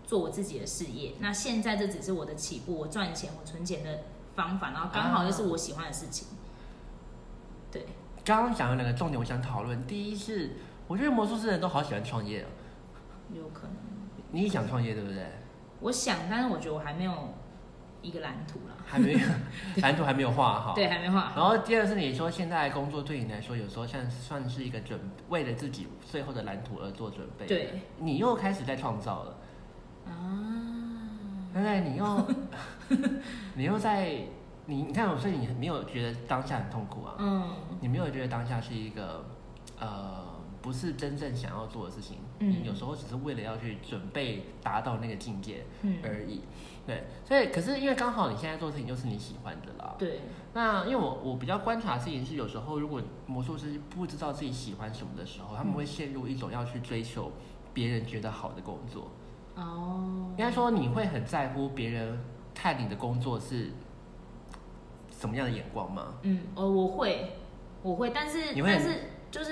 S2: 做我自己的事业。那现在这只是我的起步，我赚钱、我存钱的方法，然后刚好又
S1: 啊
S2: 是我喜欢的事情。对，
S1: 刚刚讲了两个重点，我想讨论。第一是，我觉得魔术师的人都好喜欢创业哦。
S2: 有可能。
S1: 你也想创业对
S2: [LAUGHS]
S1: 不对？
S2: 我想，但是我觉得我还没有一个蓝图啦，
S1: 还没有 [LAUGHS] 蓝图还没有画好。
S2: 对，。还没画好。
S1: 然后第二是你说现在工作对你来说有时候像算是一个准为了自己最后的蓝图而做准备。
S2: 对。
S1: 你又开始在创造了，
S2: 啊，
S1: 对不对？你又
S2: [LAUGHS]
S1: 你又在你你看我，所以你没有觉得当下很痛苦啊？
S2: 嗯，
S1: 你没有觉得当下是一个呃不是真正想要做的事情？
S2: 嗯
S1: 你有时候只是为了要去准备达到那个境界
S2: 嗯，
S1: 而已。对，所以可是因为刚好你现在做的事情就是你喜欢的啦。
S2: 对，
S1: 那因为我我比较观察的事情是，有时候如果魔术师不知道自己喜欢什么的时
S2: 嗯
S1: 候，他们会陷入一种要去追求别人觉得好的工作。
S2: 哦
S1: 应，该说你会很在乎别人看你的工作是什么样的眼光吗？
S2: 嗯，哦，我会，我会，但是
S1: 你会
S2: 但是就是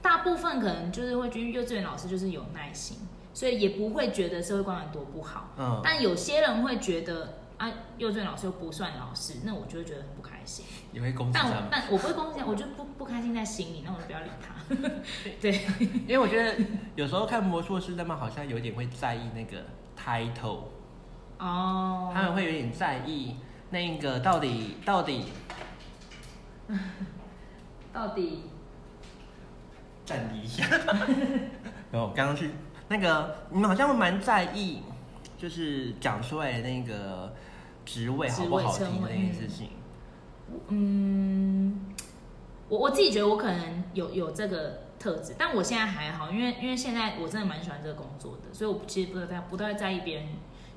S2: 大部分可能就是会觉得幼稚园老师就是有耐心，所以也不会觉得社会观感多不好。
S1: 嗯，
S2: 但有些人会觉得啊，幼稚园老师又不算老师，那我就会觉得很不开心。
S1: 你会攻击
S2: 但
S1: 他
S2: 我
S1: 们，
S2: 但我不会攻击他，我就不不开心在心里，那我就不要理他。 [LAUGHS] 对，
S1: 因为我觉得有时候看魔术师他们好像有点会在意那个 title，
S2: 哦，
S1: 他们会有点在意那个到底到底
S2: 到底
S1: 暂离一下。然后我刚刚去那个，你们好像蛮在意，就是讲出来的那个职位好不好
S2: 职位
S1: 听
S2: 称
S1: 的
S2: 谓
S1: 那件事情。
S2: 嗯，我我自己觉得我可能有有这个特质，但我现在还好，因为因为现在我真的蛮喜欢这个工作的，所以我其实不太不太在意别人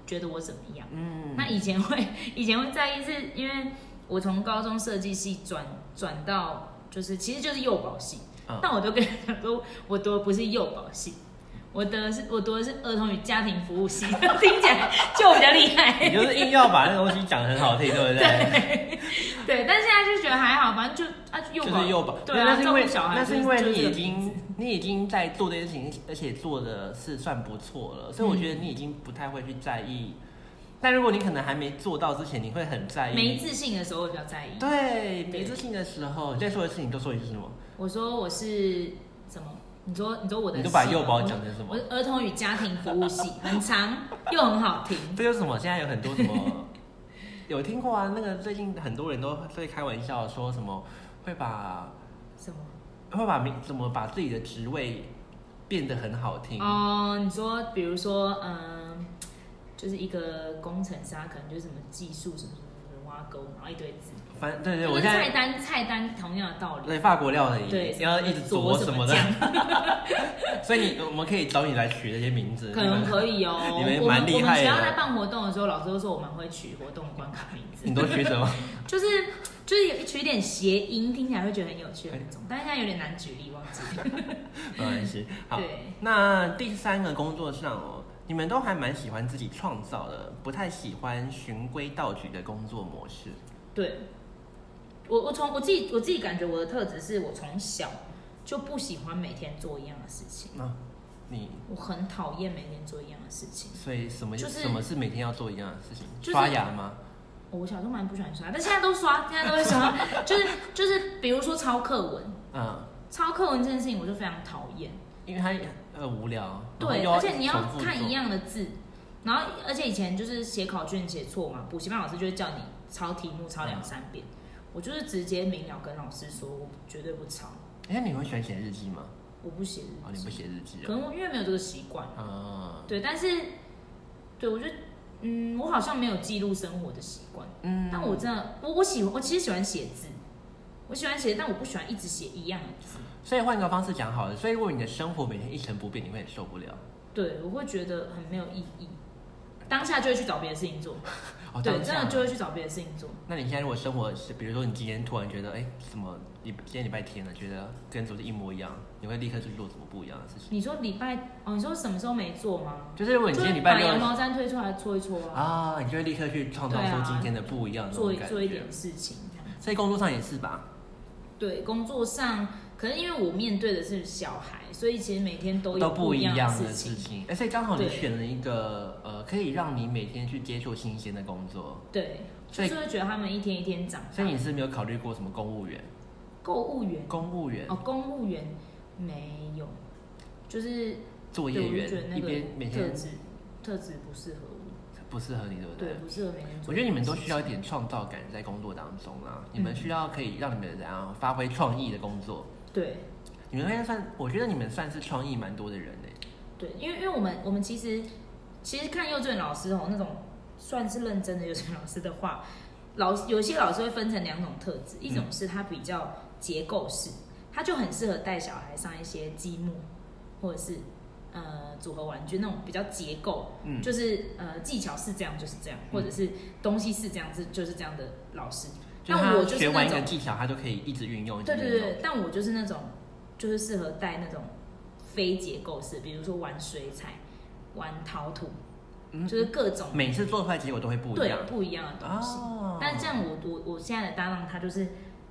S2: 觉得我怎么样。
S1: 嗯，
S2: 那以前会以前会在意，是因为我从高中设计系转转到就是其实就是幼保系，
S1: 嗯
S2: 但我都跟人讲说，我读的不是幼保系。我读的是我读的是儿童与家庭服务系， [LAUGHS] 听起来就比较厉害。
S1: 你就是硬要把那个东西讲得很好听，对
S2: [LAUGHS]
S1: 不对？
S2: 对，但现在就觉得还好，反正就啊幼
S1: 就是幼保，
S2: 对
S1: 那
S2: 啊，
S1: 是因
S2: 照顾
S1: 为
S2: 小孩
S1: 那
S2: 就是
S1: 因为
S2: 就
S1: 你
S2: 这
S1: 已
S2: 个名
S1: 经
S2: 字
S1: 你已经在做这件事情，而且做的是算不错了，所以我觉得
S2: 嗯
S1: 你已经不太会去在意。但如果你可能还没做到之前，你会很在意。
S2: 没自信的时候会比较在意。
S1: 对没自信的时候，你在说的事情都说你是什么？
S2: 我说我是什么？你说你说我的
S1: 你都把
S2: 系
S1: 幼保
S2: 吗
S1: 讲成什么
S2: 我是儿童与家庭服务系，很长又很好听。
S1: 这就是什么？现在有很多什么，有听过啊？那个最近很多人都在开玩笑说什么会把
S2: 什么？
S1: 会把名怎么把自己的职位变得很好听？
S2: 哦，你说比如说嗯、就是一个工程师，他可能就是什么技术什么什么什么挖沟，然后一堆字。
S1: 反正对对，
S2: 就
S1: 我
S2: 跟
S1: 现
S2: 菜
S1: 在
S2: 单菜单同样的道理。
S1: 对法国料理
S2: 对，
S1: 要一直
S2: 佐
S1: 佐
S2: 什
S1: 什么
S2: 么
S1: 的，
S2: 酱？
S1: [LAUGHS] 所以你我们可以找你来取这些名字，
S2: 可能可以哦。
S1: 你
S2: 我
S1: 们
S2: 们
S1: 蛮厉
S2: 我
S1: 害
S2: 们
S1: 的
S2: 学校在办活动的时候，老师都说我们会取活动关卡名字
S1: [LAUGHS] 你。们。你都取什么？
S2: [LAUGHS] 就是就是有取一点谐音，听起来会觉得很有趣的那种，但是现在有点难举例，忘记了。
S1: 没关系。 [LAUGHS] 好，
S2: 对，
S1: 那第三个工作上哦，你们都还蛮喜欢自己创造的，不太喜欢循规蹈矩的工作模式。
S2: 对，我我从我自己我自己感觉我的特质是我从小就不喜欢每天做一样的事情，
S1: 那、你
S2: 我很讨厌每天做一样的事情。
S1: 所以什么、
S2: 就是
S1: 什么是每天要做一样的事情？
S2: 就是
S1: 刷牙吗？
S2: 哦我小时候蛮不喜欢刷，但现在都刷，现在都会刷， [LAUGHS] 就是就是，比如说抄课文，
S1: 嗯，
S2: 抄课文这件事情我就非常讨厌。
S1: 因为它呃无聊，然
S2: 对，
S1: 后又
S2: 而且你要
S1: 重复
S2: 看
S1: 做
S2: 一样的字，然后而且以前就是写考卷写错嘛，补习班老师就会叫你抄题目抄
S1: 嗯
S2: 两三遍，我就是直接明了跟老师说，我绝对不抄，
S1: 哎、你会喜欢写日记吗？
S2: 我不写
S1: 哦，
S2: 日
S1: 你
S2: 记，
S1: 不写日记
S2: 可
S1: 啊？
S2: 能我因为没有这个习惯，
S1: 嗯
S2: 对，但是对我就嗯，我好像没有记录生活的习惯，
S1: 嗯，
S2: 但我真的我我喜欢我其实喜欢写字，我喜欢写，但我不喜欢一直写一样的字，
S1: 所以换个方式讲好了，所以如果你的生活每天一成不变，你会很受不了。
S2: 对我会觉得很没有意义，当下就会去找别的事情做，
S1: 哦，
S2: 对，
S1: 当
S2: 真
S1: 下
S2: 的就会去找别的事情做。
S1: 那你现在如果生活是，比如说你今天突然觉得，哎、怎么你今天礼拜天了，觉得跟昨天一模一样，你会立刻去做什么不一样的事情？
S2: 你说礼拜哦，你说什么时候没做吗？
S1: 就是如果你
S2: 就
S1: 今天
S2: 是
S1: 礼
S2: 把
S1: 拜
S2: 羊
S1: 六
S2: 毛毡推出来搓一搓啊，
S1: 啊，你就会立刻去创造
S2: 对
S1: 出
S2: 啊
S1: 今天的不一样的那
S2: 做
S1: 种
S2: 一
S1: 感
S2: 啊做一
S1: 觉
S2: 点。事情这样。
S1: 所以工作上也是吧？
S2: 对，工作上可能因为我面对的是小孩，所以其实每天都有
S1: 不
S2: 一
S1: 一的
S2: 样事
S1: 事
S2: 情。
S1: 情。哎、所以刚好你
S2: 对
S1: 选了一个呃，可以让你每天去接触新鲜的工作。
S2: 对，
S1: 所
S2: 就
S1: 以
S2: 是会觉得他们一天一天长
S1: 所以
S2: 大。
S1: 你是没有考虑过什么公务员？
S2: 购物员
S1: 公务员、
S2: 哦，公务员没有，就是
S1: 作业
S2: 对，我就
S1: 员
S2: 觉得，那
S1: 一
S2: 个
S1: 边每
S2: 特
S1: 天
S2: 质特质不适合我，
S1: 不适合你，对不
S2: 对，不适合每天做。
S1: 我觉得你们都需要一点创造感在工作当中啦，你们需要可以让你们怎样发挥创意的工作。
S2: 对。
S1: 你们应该算，我觉得你们算是创意蛮多的人呢、欸
S2: 对，因为因为我们我们其实其实看幼稚园老师哦，那种算是认真的幼稚园老师的话，老有些老师会分成两种特质，一
S1: 嗯
S2: 种是他比较结构式，他就很适合带小孩上一些积木或者是呃组合玩具那种比较结构，
S1: 嗯，
S2: 就是呃技巧是这样就是这样，
S1: 嗯
S2: 或者是东西是这样是就是这样的老师。
S1: 就
S2: 但我
S1: 是他
S2: 就是
S1: 学完
S2: 那
S1: 一个
S2: 种
S1: 技巧，他就可以一直运用，一直
S2: 对对
S1: 运用。
S2: 对，但我就是那种就是适合带那种非结构式，比如说玩水彩、玩陶土，
S1: 嗯
S2: 就是各种
S1: 每次做出来结果都会不一
S2: 对啊
S1: 样。
S2: 不一样的东西。
S1: 哦，
S2: 但这样我我我现在的搭档他就是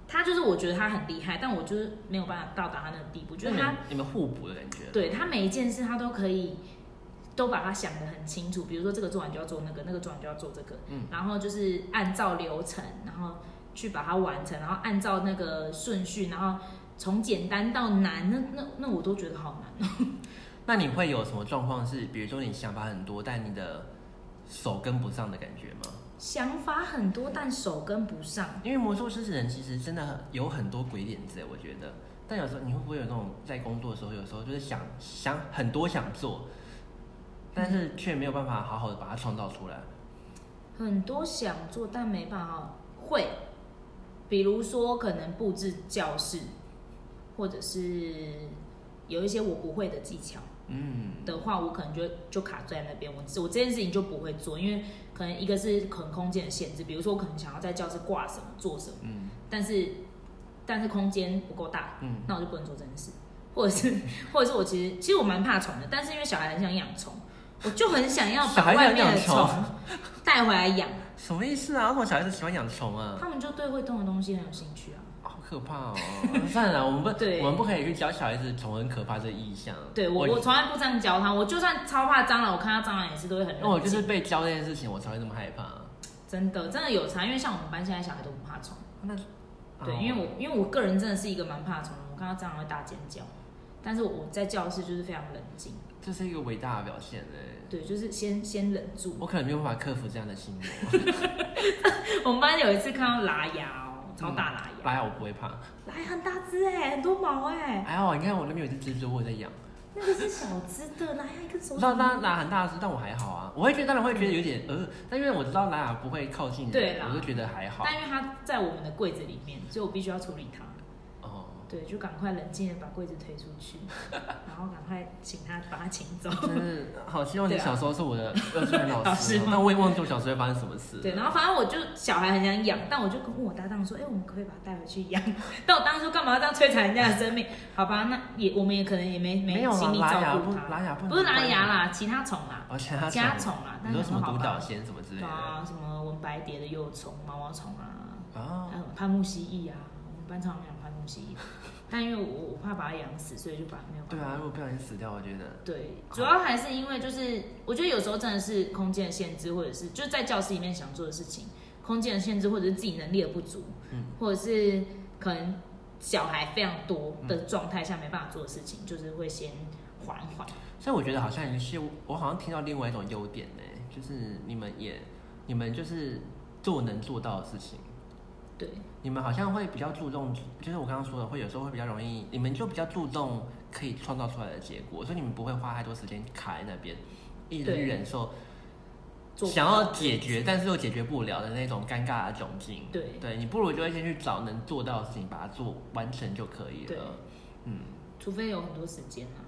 S2: 他就是我觉得他很厉害，但我就是没有办法到达他那个地步，就
S1: 那
S2: 是
S1: 你
S2: 他
S1: 们你们互补的感觉。
S2: 对他每一件事他都可以。都把它想得很清楚，比如说这个做完就要做那个，那个做完就要做这个，
S1: 嗯
S2: 然后就是按照流程，然后去把它完成，然后按照那个顺序，然后从简单到难，那那那我都觉得好难哦。
S1: 那你会有什么状况是，比如说你想法很多，但你的手跟不上的感觉吗？
S2: 想法很多，但手跟不上。
S1: 因为魔术狮子人其实真的很有很多鬼点子，我觉得。但有时候你会不会有那种在工作的时候，有时候就是想想很多想做，但是却没有办法好好的把它创造出来。
S2: 很多想做但没办法会，比如说可能布置教室，或者是有一些我不会的技巧
S1: 嗯，
S2: 的话，我可能就就卡在那边，我我这件事情就不会做，因为可能一个是可能空间的限制，比如说我可能想要在教室挂什么做什么，
S1: 嗯
S2: 但是但是空间不够大，
S1: 嗯
S2: 那我就不能做这件事，或者是 [LAUGHS] 或者是我其实其实我蛮怕虫的，但是因为小孩很想养虫，我就很想要
S1: 小
S2: 把
S1: 孩
S2: 外
S1: 想
S2: 面
S1: 养
S2: 的
S1: 虫
S2: 虫带回来养。
S1: 什么意思啊？为什么小孩子喜欢养虫啊？
S2: 他们就对会动的东西很有兴趣啊。
S1: 好可怕哦！算了，我们不，
S2: [LAUGHS] 对
S1: 我们不可以去教小孩子虫很可怕这个意象。
S2: 对我，我从来不这样教他。我就算超怕蟑螂，我看到蟑螂也是都会很
S1: 因为我
S2: 认
S1: 就是
S2: 真。
S1: 被教这件事情，我才会那么害怕。
S2: 真的，真的有差，因为像我们班现在小孩都不怕虫。
S1: 那
S2: 对，因为我因为我个人真的是一个蛮怕虫的，我看到蟑螂会大尖叫。但是我在教室就是非常冷静，
S1: 我哦这是一个伟大的表现哎，
S2: 对，就是先先忍住。
S1: 我可能没有办法克服这样的心魔。
S2: 我们班有一次看到拉牙哦，超大拉牙，
S1: 嗯来，我不会怕。
S2: 拉牙很大只哎，很多毛哎，
S1: 还好，你看我那边有一只蜘蛛，我有在养。
S2: 那个是小只的，拉牙一根
S1: 我知
S2: 手指
S1: 道拉拉很大只，但我还好啊。我会觉得，当然会觉得有点呃，但因为我知道拉雅不会靠近
S2: 对
S1: 人，
S2: 啦
S1: 我就觉得还好。
S2: 但因为它在我们的柜子里面，所以我必须要处理它。
S1: 哦，
S2: 对，就赶快冷静的把柜子推出
S1: [LAUGHS]
S2: 去，然后赶快请他把他请走。
S1: 真是好希望你
S2: 对啊
S1: 小时候是我
S2: [LAUGHS]
S1: 的幼稚园老
S2: 老
S1: 师
S2: 师
S1: 哦
S2: 吗，
S1: 那我也忘记我小时候会发生什么事了。
S2: 对，然后反正我就小孩很想养，但我就跟我搭档说，哎、我们可不可以把它带回去养？ [LAUGHS] 但我当时说干嘛要这样摧残人家的生命？好吧，那也我们也可能也没
S1: 没有啦
S2: 心力
S1: 拉牙
S2: 照顾
S1: 不
S2: 它，
S1: 拉雅不
S2: 不是
S1: 能啊
S2: 拿牙
S1: 关，
S2: 啦，其他虫啦，
S1: 而且它
S2: 其他虫啦，
S1: 你
S2: 但
S1: 说
S2: 是
S1: 什么
S2: 好
S1: 独角
S2: 吧，
S1: 仙什么之类的
S2: 对啊，什么文白蝶的幼虫、毛毛虫啊，
S1: 哦
S2: 还有潘木蜥蜴啊，我们搬超想搬东西，但因为我我怕把它养死，所以就把没有把它
S1: 对啊，如果不小心死掉，我觉得
S2: 对，主要还是因为就是，我觉得有时候真的是空间的限制，或者是就在教室里面想做的事情，空间的限制，或者是自己能力的不足，
S1: 嗯，
S2: 或者是可能小孩非常多的状态下没办法做的事情，就是会先缓缓。
S1: 所以我觉得好像也是，我好像听到另外一种优点呢、就是你们也，你们就是做能做到的事情，
S2: 对，
S1: 你们好像会比较注重，就是我刚刚说的，会有时候会比较容易，你们就比较注重可以创造出来的结果，所以你们不会花太多时间卡在那边，一直
S2: 对
S1: 忍受
S2: 做不
S1: 想
S2: 到
S1: 要解决但是又解决不了的那种尴尬的窘境。
S2: 对
S1: 对你不如就会先去找能做到的事情，把它做完成就可以
S2: 对
S1: 了。嗯
S2: 除非有很多时间啊，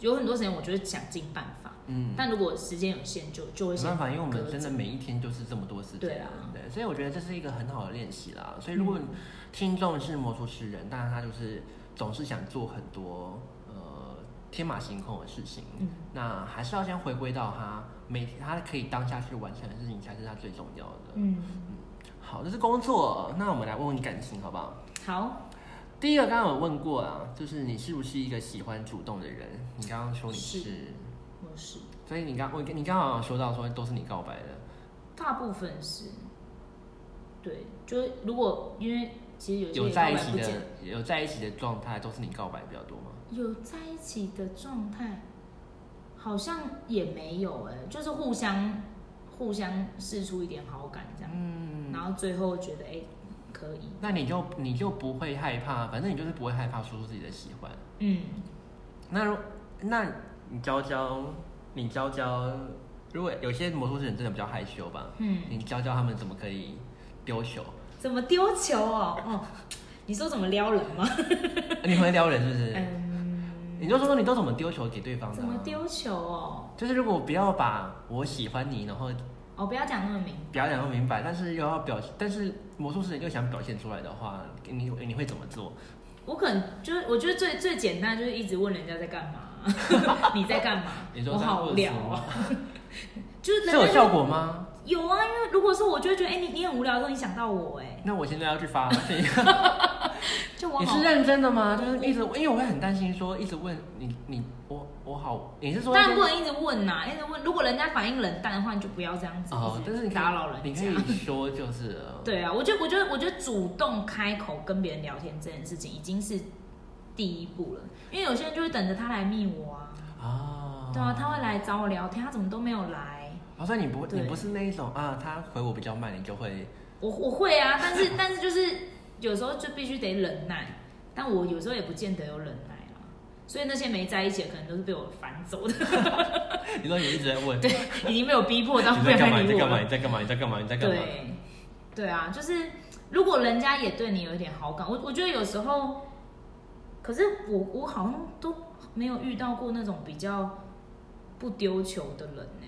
S2: 有很多时间我就是想尽办法，
S1: 嗯。
S2: 但如果时间有限就，就会
S1: 没
S2: 先
S1: 办法，因为我
S2: 搁
S1: 们真
S2: 置
S1: 的每一天就是这么多事情，
S2: 对啊
S1: 对，所以我觉得这是一个很好的练习啦。所以如果
S2: 嗯
S1: 听众是魔术师人，但是他就是总是想做很多呃天马行空的事情，
S2: 嗯
S1: 那还是要先回归到他每他可以当下去完成的事情才是他最重要的。
S2: 嗯，
S1: 好，这是工作，那我们来问问感情好不好？
S2: 好，
S1: 第一个刚刚有问过啊，就是你是不是一个喜欢主动的人？你刚刚说你
S2: 是
S1: 是，
S2: 我是
S1: 所以你刚我你刚好有说到说都是你告白的。
S2: 大部分是，对，就是如果因为其实有些
S1: 有
S2: 也
S1: 在一
S2: 告白
S1: 起
S2: 不见
S1: 的有在一起的状态都是你告白比较多吗？
S2: 有在一起的状态，好像也没有哎、就是互相互相试出一点好感这样，
S1: 嗯，
S2: 然后最后觉得哎、可以，
S1: 那你就你就不会害怕，反正你就是不会害怕说出自己的喜欢。
S2: 嗯，
S1: 那如那你娇娇，你娇娇，如果有些魔术师人真的比较害羞吧，
S2: 嗯
S1: 你教教他们怎么可以丢球？
S2: 怎么丢球哦哦，你说怎么撩人吗？
S1: 你会撩人是不是？
S2: 嗯，
S1: 你就说你都怎么丢球给对方的、啊
S2: 怎么？丢球哦？
S1: 就是如果不要把我喜欢你，然后
S2: 哦，不要讲那么明，
S1: 表演不明白，但是又要表，但是魔术师人又想表现出来的话，你你会怎么做？
S2: 我可能就是我觉得最最简单就是一直问人家在干嘛， [LAUGHS] 你在干嘛？
S1: 你说
S2: 我
S1: 这样
S2: 好
S1: 做
S2: 无
S1: 是
S2: 聊
S1: 吗
S2: 啊，就是
S1: 这
S2: 人
S1: 有
S2: 家
S1: 效果吗？
S2: 有啊，因为如果是我就会觉得哎、你你很无聊的时候你想到我哎、
S1: 那我现在要去发信。
S2: 就
S1: [LAUGHS]
S2: 我
S1: 你
S2: 好
S1: 是啊认真的吗？就是一直，因为我会很担心说一直问你你我我好，你是说
S2: 当然不能一直问呐、一直问。如果人家反应冷淡的话，你就不要这样子，
S1: 哦
S2: 一，直
S1: 但是你可以
S2: 打扰人
S1: 你
S2: 家
S1: 可。以说就是了
S2: [LAUGHS] 对啊，我觉得，我觉得，我觉得主动开口跟别人聊天这件事情已经是第一步了，因为有些人就会等着他来密我啊，
S1: 啊，
S2: 对啊，他会来找我聊天，他怎么都没有来。
S1: 哦，所以你不会
S2: 对
S1: 你不是那一种啊，他回我比较慢，你就会 [LAUGHS]
S2: 我我会啊，但是但是就是有时候就必须得忍耐，但我有时候也不见得有忍耐啦，所以那些没在一起的可能都是被我烦走的， [LAUGHS]
S1: 你说你一直在问，
S2: 对，已经被我逼迫到
S1: 你
S2: 不
S1: 在
S2: 要
S1: 干
S2: 再
S1: 嘛？你
S2: 理
S1: 在
S2: 我
S1: 干嘛？
S2: 了
S1: 你。在干嘛？你在干嘛？你在干嘛？
S2: 对，对啊，就是如果人家也对你有一点好感，我我觉得有时候，可是我我好像都没有遇到过那种比较不丢球的人呢、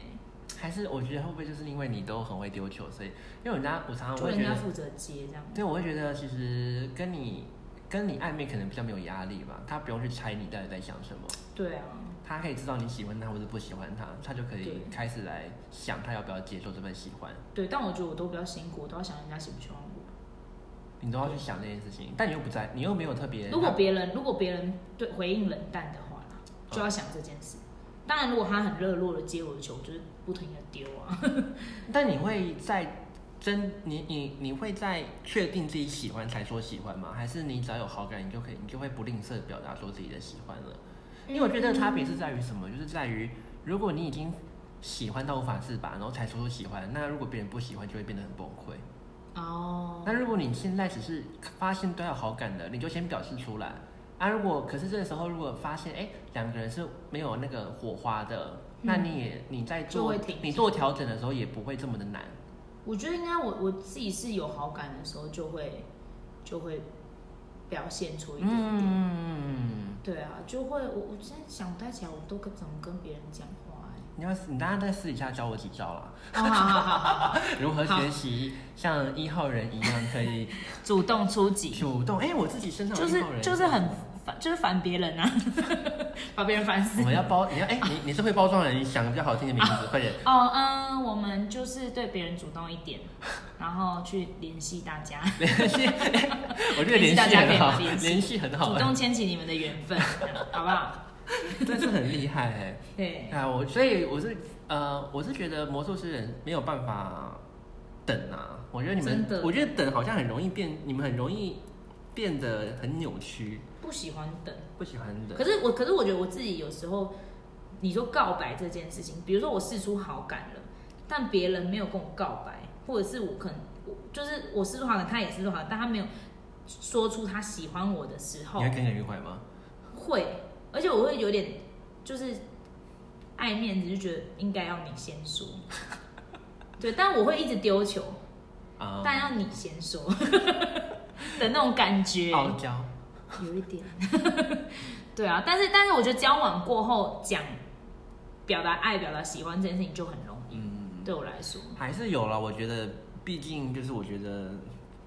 S1: 还是我觉得会不会就是因为你都很会丢球，所以因为人啊家我常常
S2: 就
S1: 会
S2: 人
S1: 觉
S2: 家
S1: 得
S2: 负责接这样。
S1: 对，我会觉得其实跟你跟你暧昧可能比较没有压力吧，他不用去猜你到底在想什么，
S2: 对啊，
S1: 他可以知道你喜欢他或者不喜欢他，他就可以
S2: 对
S1: 开始来想他要不要接受这份喜欢。
S2: 对，但我觉得我都比较辛苦，我都要想人家喜不喜欢我。
S1: 你都要去想这件事情，但你又不在，你又没有特别。
S2: 如果别人如果别人对回应冷淡的话啦，
S1: 哦
S2: 就要想这件事。当然，如果他很热络的接我的球，我就是不停的丢啊。
S1: 但你会在真你你你会在确定自己喜欢才说喜欢吗？还是你只要有好感，你就可以你就会不吝啬表达说自己的喜欢了？ [LAUGHS] 因为我觉得差
S2: 嗯
S1: 别是在于什么，就是在于如果你已经喜欢到无法自拔，然后才说出喜欢，那如果别人不喜欢，就会变得很崩溃。
S2: 哦，
S1: 那如果你现在只是发现对他有好感的，你就先表示出来。啊，如果可是这个时候，如果发现哎两个人是没有那个火花的，那
S2: 嗯
S1: 你也你在
S2: 就
S1: 做
S2: 会停
S1: 你做调整的时候也不会这么的难。
S2: 我觉得应该我我自己是有好感的时候就会就会表现出一点点，
S1: 嗯，
S2: 对啊，就会我我现在想不太起来，我都跟怎么跟别人讲话、欸。
S1: 你要你大家在私底下教我几招啦，
S2: 哦，好好好 [LAUGHS] 好好，
S1: 如何
S2: 好
S1: 学习像一号人一样可以
S2: 主动出击，
S1: 主动。哎、我自己身上有
S2: 就
S1: 一
S2: 是
S1: 号人，
S2: 就是很反就是烦别人啊， [LAUGHS] 把别人烦死
S1: 我。们要包，你要哎、你你是会包装的人，你想比较好听的名字，
S2: [LAUGHS]
S1: 快点。
S2: 哦，嗯，我们就是对别人主动一点，然后去联系大家，
S1: 联系，我觉得联系很好， [LAUGHS] 联系很好啊
S2: 主，动牵起你们的缘分，好不好？
S1: 真是很厉害哎、
S2: 对，
S1: 啊，我所以我是呃，我是觉得魔术师人没有办法等啊。我觉得你
S2: 真的
S1: 们，我觉得等好像很容易变，你们很容易变得很扭曲，
S2: 不喜欢等。
S1: 不喜欢等
S2: 可。是我，可是我觉得我自己有时候，你说告白这件事情，比如说我试出好感了，但别人没有跟我告白，或者是我可能我就是我试出好感，他也试出好感，但他没有说出他喜欢我的时候
S1: 你，会跟人约会吗？
S2: 会，而且我会有点就是爱面子，就觉得应该要你先说。
S1: [LAUGHS]
S2: 对，但我会一直丢球，
S1: 啊、
S2: 但要你先说
S1: 哦
S2: 的那种感觉。
S1: 傲娇，
S2: 有一点。对啊，但是但是我觉得交往过后讲表达爱、表达喜欢这件事情就很容易，
S1: 嗯，
S2: 对我来说，
S1: 还是有了。我觉得，毕竟就是我觉得，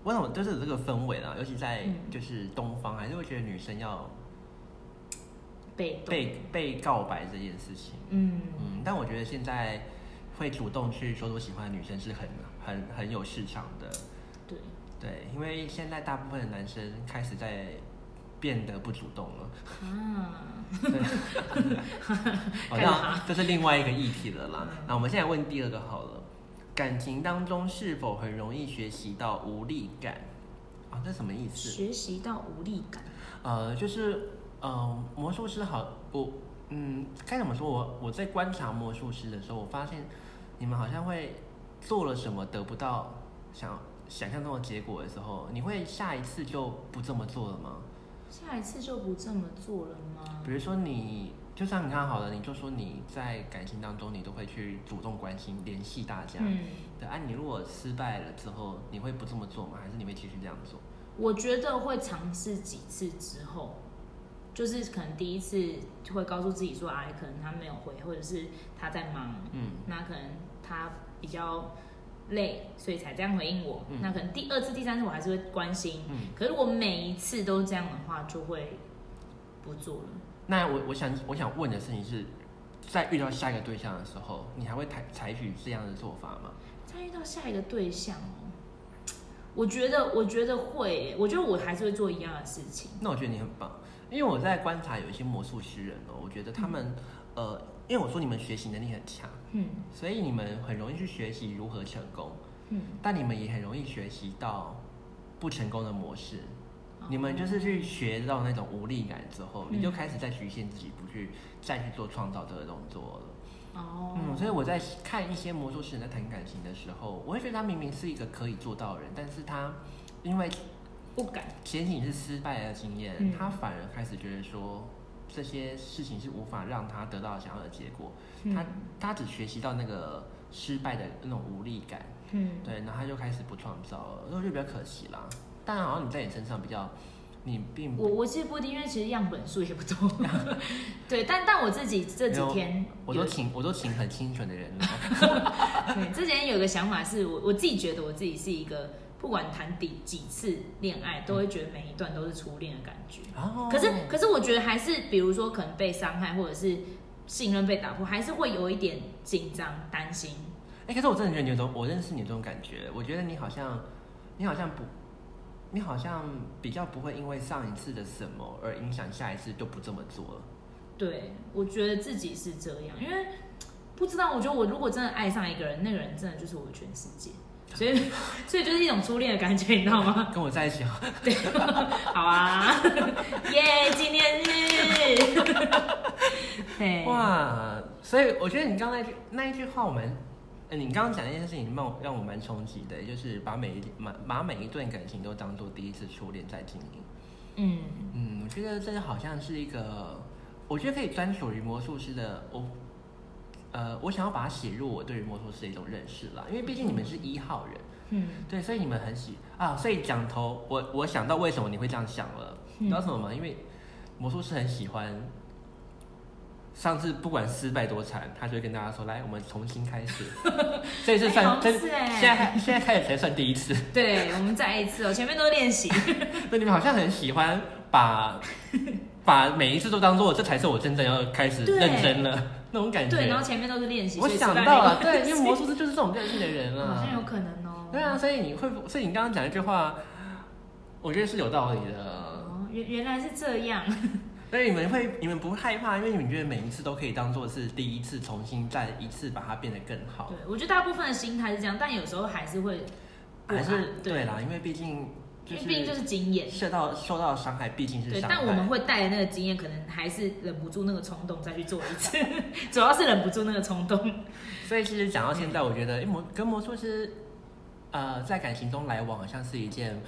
S1: 为什么就是有这个氛围啦，尤其在
S2: 嗯
S1: 就是东方，还是会觉得女生要
S2: 被动。
S1: 被被告白这件事情。
S2: 嗯，
S1: 嗯，但我觉得现在会主动去说出喜欢的女生是很很很有市场的，
S2: 对，
S1: 对，因为现在大部分的男生开始在变得不主动了，
S2: 啊，
S1: [LAUGHS] 好
S2: 干嘛
S1: 像这是另外一个议题了啦。那我们现在问第二个好了，感情当中是否很容易学习到无力感？啊，这什么意思？
S2: 学习到无力感，
S1: 呃，就是呃，魔术师好，我嗯，该怎么说？我我在观察魔术师的时候，我发现你们好像会做了什么得不到想想象中的结果的时候，你会下一次就不这么做了吗？
S2: 下一次就不这么做了吗？
S1: 比如说你，就像你看好了，你就说你在感情当中，你都会去主动关心、联系大家。
S2: 嗯，
S1: 对啊，你如果失败了之后，你会不这么做吗？还是你会继续这样做？
S2: 我觉得会尝试几次之后，就是可能第一次就会告诉自己说，哎，可能他没有回，或者是他在忙，
S1: 嗯，
S2: 那可能他比较累，所以才这样回应我。
S1: 嗯
S2: 那可能第二次、第三次我还是会关心，
S1: 嗯
S2: 可是我每一次都这样的话，就会不做了。
S1: 那我我想我想问的事情是，在遇到下一个对象的时候，你还会采采取这样的做法吗？
S2: 再遇到下一个对象哦，我觉得，我觉得会耶，我觉得我还是会做一样的事情。
S1: 那我觉得你很棒，因为我在观察有一些魔术师人哦，我觉得他们、呃，因为我说你们学习能力很强，
S2: 嗯
S1: 所以你们很容易去学习如何成功。
S2: 嗯，
S1: 但你们也很容易学习到不成功的模式。你们就是去学到那种无力感之后，
S2: 嗯
S1: 你就开始在局限自己，不去再去做创造这个动作了。
S2: 哦，
S1: 嗯，所以我在看一些魔术师人在谈感情的时候，我会觉得他明明是一个可以做到的人，但是他因为
S2: 不敢。
S1: 前景是失败的经验，
S2: 嗯
S1: 他反而开始觉得说这些事情是无法让他得到想要的结果，他
S2: 嗯
S1: 他只学习到那个失败的那种无力感。
S2: 嗯，
S1: 对，然后他就开始不创造了，那我就比较可惜啦。但好像你在你身上比较，你并
S2: 我我其实不一定，因为其实样本数也
S1: [LAUGHS]
S2: 不多。对，但但我自己这几
S1: 没有
S2: 天
S1: 我
S2: 有
S1: 都请我都请很清纯的人
S2: [LAUGHS]
S1: 了。
S2: 对，之前有个想法是我我自己觉得我自己是一个不管谈第几次恋爱，都会觉得每一段都是初恋的感觉。
S1: 哦
S2: 可是可是我觉得还是，比如说可能被伤害，或者是信任被打破，还是会有一点紧张、担心。
S1: 哎、可是我真的觉得你有种，我认识你有这种感觉，我觉得你好像，你好像不，你好像比较不会因为上一次的什么而影响下一次就不这么做了。
S2: 对，我觉得自己是这样，因为不知道，我觉得我如果真的爱上一个人，那个人真的就是我的全世界。所以， [LAUGHS] 所以就是一种初恋的感觉，你知道吗？
S1: 跟我在一起好，
S2: 对，好啊， [LAUGHS] 耶、纪念日， [LAUGHS] 对，
S1: 哇！所以我觉得你刚才那句那一句话，我们。呃你刚刚讲那件事情，让我让我蛮冲击的，就是把每一把把每一段感情都当做第一次初恋在经营。
S2: 嗯，
S1: 嗯，我觉得这好像是一个，我觉得可以专属于魔术师的我，呃，我想要把它写入我对于魔术师的一种认识啦，因为毕竟你们是一号人，
S2: 嗯，
S1: 对，所以你们很喜啊，所以讲头，我我想到为什么你会这样想了，
S2: 嗯
S1: 你知道什么吗？因为魔术师很喜欢，上次不管失败多惨，他就会跟大家说，来，我们重新开
S2: [LAUGHS]
S1: 始，这一次
S2: 哎
S1: 算，
S2: 好像
S1: 这
S2: 是哎
S1: 现在现在开始才算第一次。
S2: 对，我们再一次哦，前面都是练习， [LAUGHS]
S1: 那你们好像很喜欢把把每一次都当做这才是我真正要开始
S2: 对
S1: 认真了那种感觉。
S2: 对，然后前面都是练习，
S1: 我
S2: 所以
S1: 想
S2: 失败
S1: 到了，
S2: 没关
S1: 对，
S2: 系 [LAUGHS]
S1: 因为魔术师就是这种个性的人
S2: 好
S1: 啊
S2: 像。有可能哦。
S1: 对啊，所以你会不，所以你刚刚讲一句话，我觉得是有道理的。
S2: 哦，原原来是这样，
S1: 所以你们会，你们不害怕，因为你们觉得每一次都可以当做是第一次，重新再一次把它变得更好
S2: 对，我觉得大部分的心态是这样，但有时候还是会不
S1: 还
S2: 安，
S1: 是对
S2: 对，
S1: 啦，因为毕竟就
S2: 因为毕竟就是是经验，
S1: 受到受到的伤害，毕竟是
S2: 对，
S1: 伤
S2: 但我们
S1: 害。
S2: 会带着那个经验，可能还是忍不住那个冲动再去做一次， [LAUGHS] 主要是忍不住那个冲动，
S1: 所以其实讲到现在，我觉得诶魔跟魔术师，呃，在感情中来往好像是一件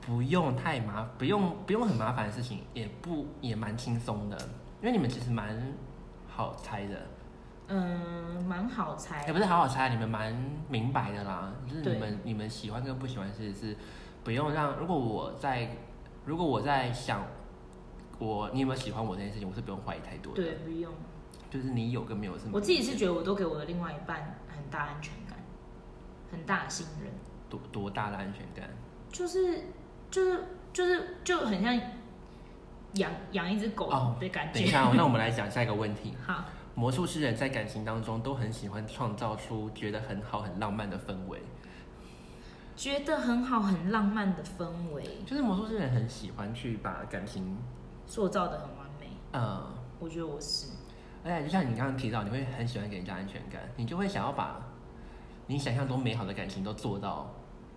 S1: 不用太麻，不用不用很麻烦的事情，也不也蛮轻松的，因为你们其实蛮好猜的。
S2: 嗯，蛮好猜
S1: 也。不是好好猜，你们蛮明白的啦，就是
S2: 对
S1: 你们你们喜欢跟不喜欢其实是不用让。如果我在，如果我在想我你有没有喜欢我这件事情，我是不用怀疑太多的。
S2: 对，，不用。
S1: 就是你有跟没有是。
S2: 我自己是觉得我都给我的另外一半很大安全感，很大的信任，
S1: 多多大的安全感？
S2: 就是就是就是就很像养养一只狗
S1: 哦
S2: 的感
S1: 等
S2: 觉。
S1: 一
S2: [LAUGHS]
S1: 下、哦，那我们来讲下一个问题。
S2: 好，
S1: 魔术师人在感情当中都很喜欢创造出觉得很好、很浪漫的氛围，
S2: 觉得很好，很浪漫的氛围，
S1: 就是魔术师人很喜欢去把感情，
S2: 塑造的很完美。
S1: 呃，
S2: 我觉得我是，
S1: 而且就像你刚刚提到，你会很喜欢给人家安全感，你就会想要把你想象中美好的感情都做到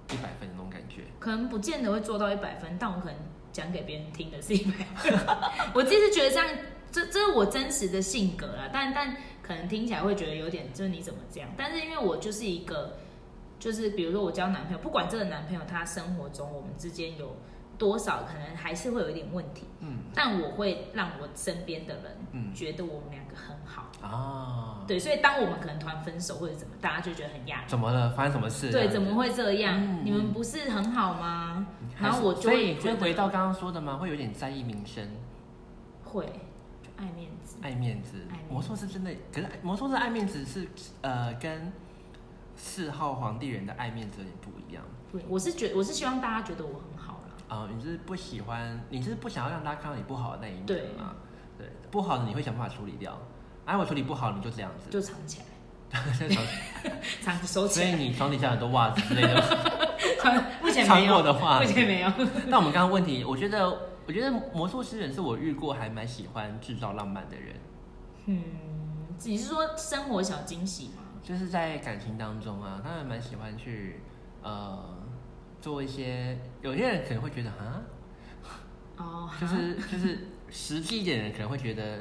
S1: 一百分的那种感觉。
S2: 可能不见得会做到一百分，但我可能讲给别人听的是一百分。 [LAUGHS] 我自己是觉得这样，这这是我真实的性格啦，但但可能听起来会觉得有点，就是你怎么这样？但是因为我就是一个，就是比如说我交男朋友，不管这个男朋友他生活中我们之间有多少，可能还是会有一点问题，
S1: 嗯
S2: 但我会让我身边的人
S1: 嗯
S2: 觉得我们两个很好。
S1: 啊，
S2: 对，所以当我们可能突然分手或者怎么，大家就觉得很压
S1: 怎么了？发生什么事？
S2: 抑。对，怎么？会这样？
S1: 嗯
S2: 你们不是很好吗？然后我就
S1: 所以
S2: 会
S1: 你
S2: 觉
S1: 会
S2: 得
S1: 回到刚刚说的吗？会有点在意名声，
S2: 会，就爱面子。
S1: 爱面子
S2: 爱面。子
S1: 魔术师真的，可是魔术师爱面子是呃跟四号皇帝人的爱面子有点不一样
S2: 对，我是觉我是希望大家觉得我很好啦。
S1: 啊、你是不喜欢，你是不想要让大家看到你不好的那一
S2: 对
S1: 面嘛？对，不好的你会想办法处理掉，哎、我处理不好你就这样子， [LAUGHS]
S2: 就藏起来，藏收起
S1: 所以
S2: 来。
S1: 你床底下很多袜子之类的，
S2: [LAUGHS]
S1: [LAUGHS]
S2: 目前没
S1: 穿过
S2: 有，
S1: 的啊话 [LAUGHS]
S2: 目，前没有。
S1: 那我们刚刚问题，我觉得，我觉得魔术师人是我遇过还蛮喜欢制造浪漫的人，
S2: 嗯，你是说生活小惊喜吗？
S1: 就是在感情当中啊，他们蛮喜欢去呃做一些，有些人可能会觉得啊，
S2: 哦，
S1: 就是就是实际一点的人可能会觉得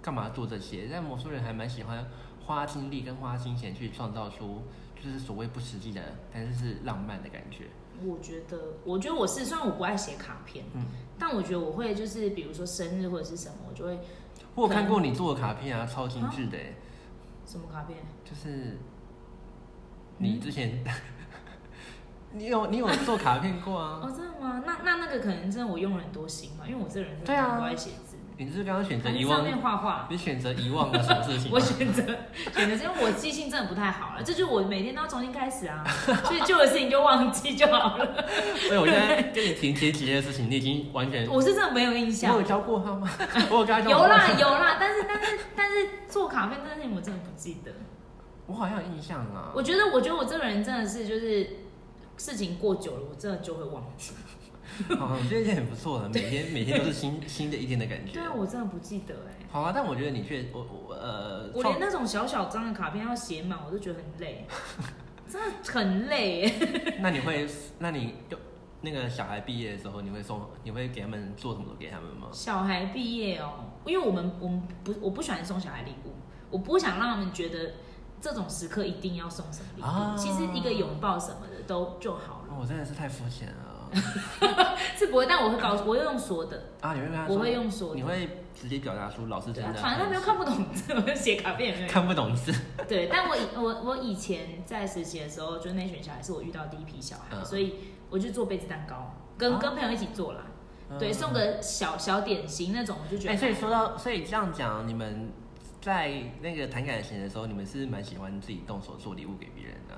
S1: 干嘛做这些，但魔术人还蛮喜欢花精力跟花金钱去创造出就是所谓不实际的，但是是浪漫的感觉，
S2: 我觉得，我觉得我是，虽然我不爱写卡片，
S1: 嗯。
S2: 但我觉得我会就是，比如说生日或者是什么，我就会
S1: 我有看过你做的卡片啊，超精致的、欸，
S2: 什么卡片，
S1: 就是你之前、
S2: 嗯
S1: [LAUGHS] 你有你有做卡片过啊？
S2: 哦，真的吗？那那那个可能真的我用了很多心嘛，因为我这个人真
S1: 对
S2: 的
S1: 啊
S2: 很不爱写字，
S1: 你是刚刚选择
S2: 还是
S1: 遗
S2: 上
S1: 忘，
S2: 面画画。
S1: 你选择遗忘了什么事情吗
S2: 我？选择选择是因为我记性真的不太好了，这就是我每天都要重新开始啊， [LAUGHS] 所以旧的事情就忘记就好了。
S1: 所哎以我现在跟你提提起这些事情，你已经完全。
S2: 我是真的没有印
S1: 我
S2: 象
S1: 哎有，教过他吗？ [LAUGHS] 我有跟他交
S2: 有
S1: 过
S2: 啦有啦，但是但是但是做卡片这件事情我真的不记得。
S1: 我好像有印象啊。
S2: 我觉得我觉得我这个人真的是就是事情过久了，我真的就会忘记。
S1: 好，我觉得已经很不错了，每天每天都是新新的一天的感觉
S2: 对。啊，我真的不记得哎、
S1: 好啊，但我觉得你却我我呃，
S2: 我连那种小小张的卡片要写满，我都觉得很
S1: [LAUGHS]
S2: 累，真的很累、欸。
S1: 那你会，那你就那个小孩毕业的时候，你会送，你会给他们做什么给他们吗？
S2: 小孩毕业哦，因为我们我们不我不喜欢送小孩礼物，我不想让他们觉得这种时刻一定要送什么礼物。
S1: 啊
S2: 其实一个拥抱什么的都就好了，
S1: 哦我真的是太肤浅
S2: [LAUGHS]
S1: 了
S2: 是不会。但我会告诉，我会用说的，
S1: 啊！你会跟他说，
S2: 我会用说
S1: 你
S2: 的。
S1: 会直接表达出老师
S2: 对
S1: 真
S2: 啊，
S1: 的
S2: 反正他们又看不懂 [LAUGHS] 字，我就写卡片也没有用。
S1: 看不懂字，
S2: 对，但我以我我以前在实习的时候，就内选小孩是我遇到第一批小孩，
S1: 嗯
S2: 所以我就做杯子蛋糕，跟、
S1: 啊
S2: 跟朋友一起做啦。对，
S1: 嗯
S2: 送。个小小点心那种，我就觉得
S1: 哎，
S2: 还好。
S1: 所以说到，
S2: 啊
S1: 所以这样讲，你们在那个谈感情的时候，你们是蛮喜欢自己动手做礼物给别人的，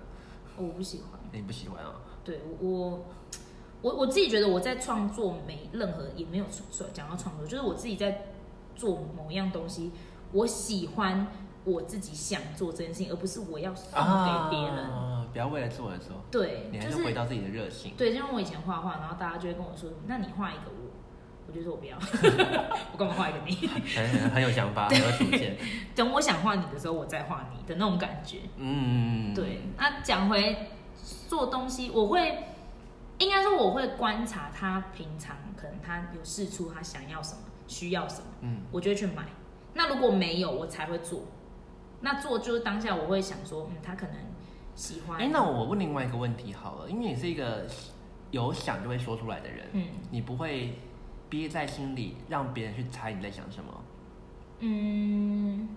S2: 哦我不喜欢。
S1: 哦你不喜欢啊？
S2: 对我我我我自己觉得我在创作没任何也没有说说讲到创作，就是我自己在做某样东西，我喜欢我自己想做这件事情，而不是我要送给别人。
S1: 啊，不要为了做而做，
S2: 对
S1: 你，还
S2: 就是
S1: 回
S2: 是
S1: 到自己的热情。
S2: 对，就像我以前画画，然后大家就会跟我说：“那你画一个我。”我就说
S1: [LAUGHS]
S2: 我不要，我干嘛画一个你？ [LAUGHS]
S1: 很很很有想法，很有主见。
S2: 等我想画你的时候，我再画你的那种感觉。
S1: 嗯，
S2: 对，那讲回做东西，我会应该说我会观察他平常可能他有试出他想要什么、需要什么，
S1: 嗯，
S2: 我就会去买。那如果没有，我才会做。那做就是当下我会想说，嗯，他可能喜欢。
S1: 哎、那我问另外一个问题好了，因为你是一个有想就会说出来的人，
S2: 嗯
S1: 你不会憋在心里让别人去猜你在想什么。
S2: 嗯，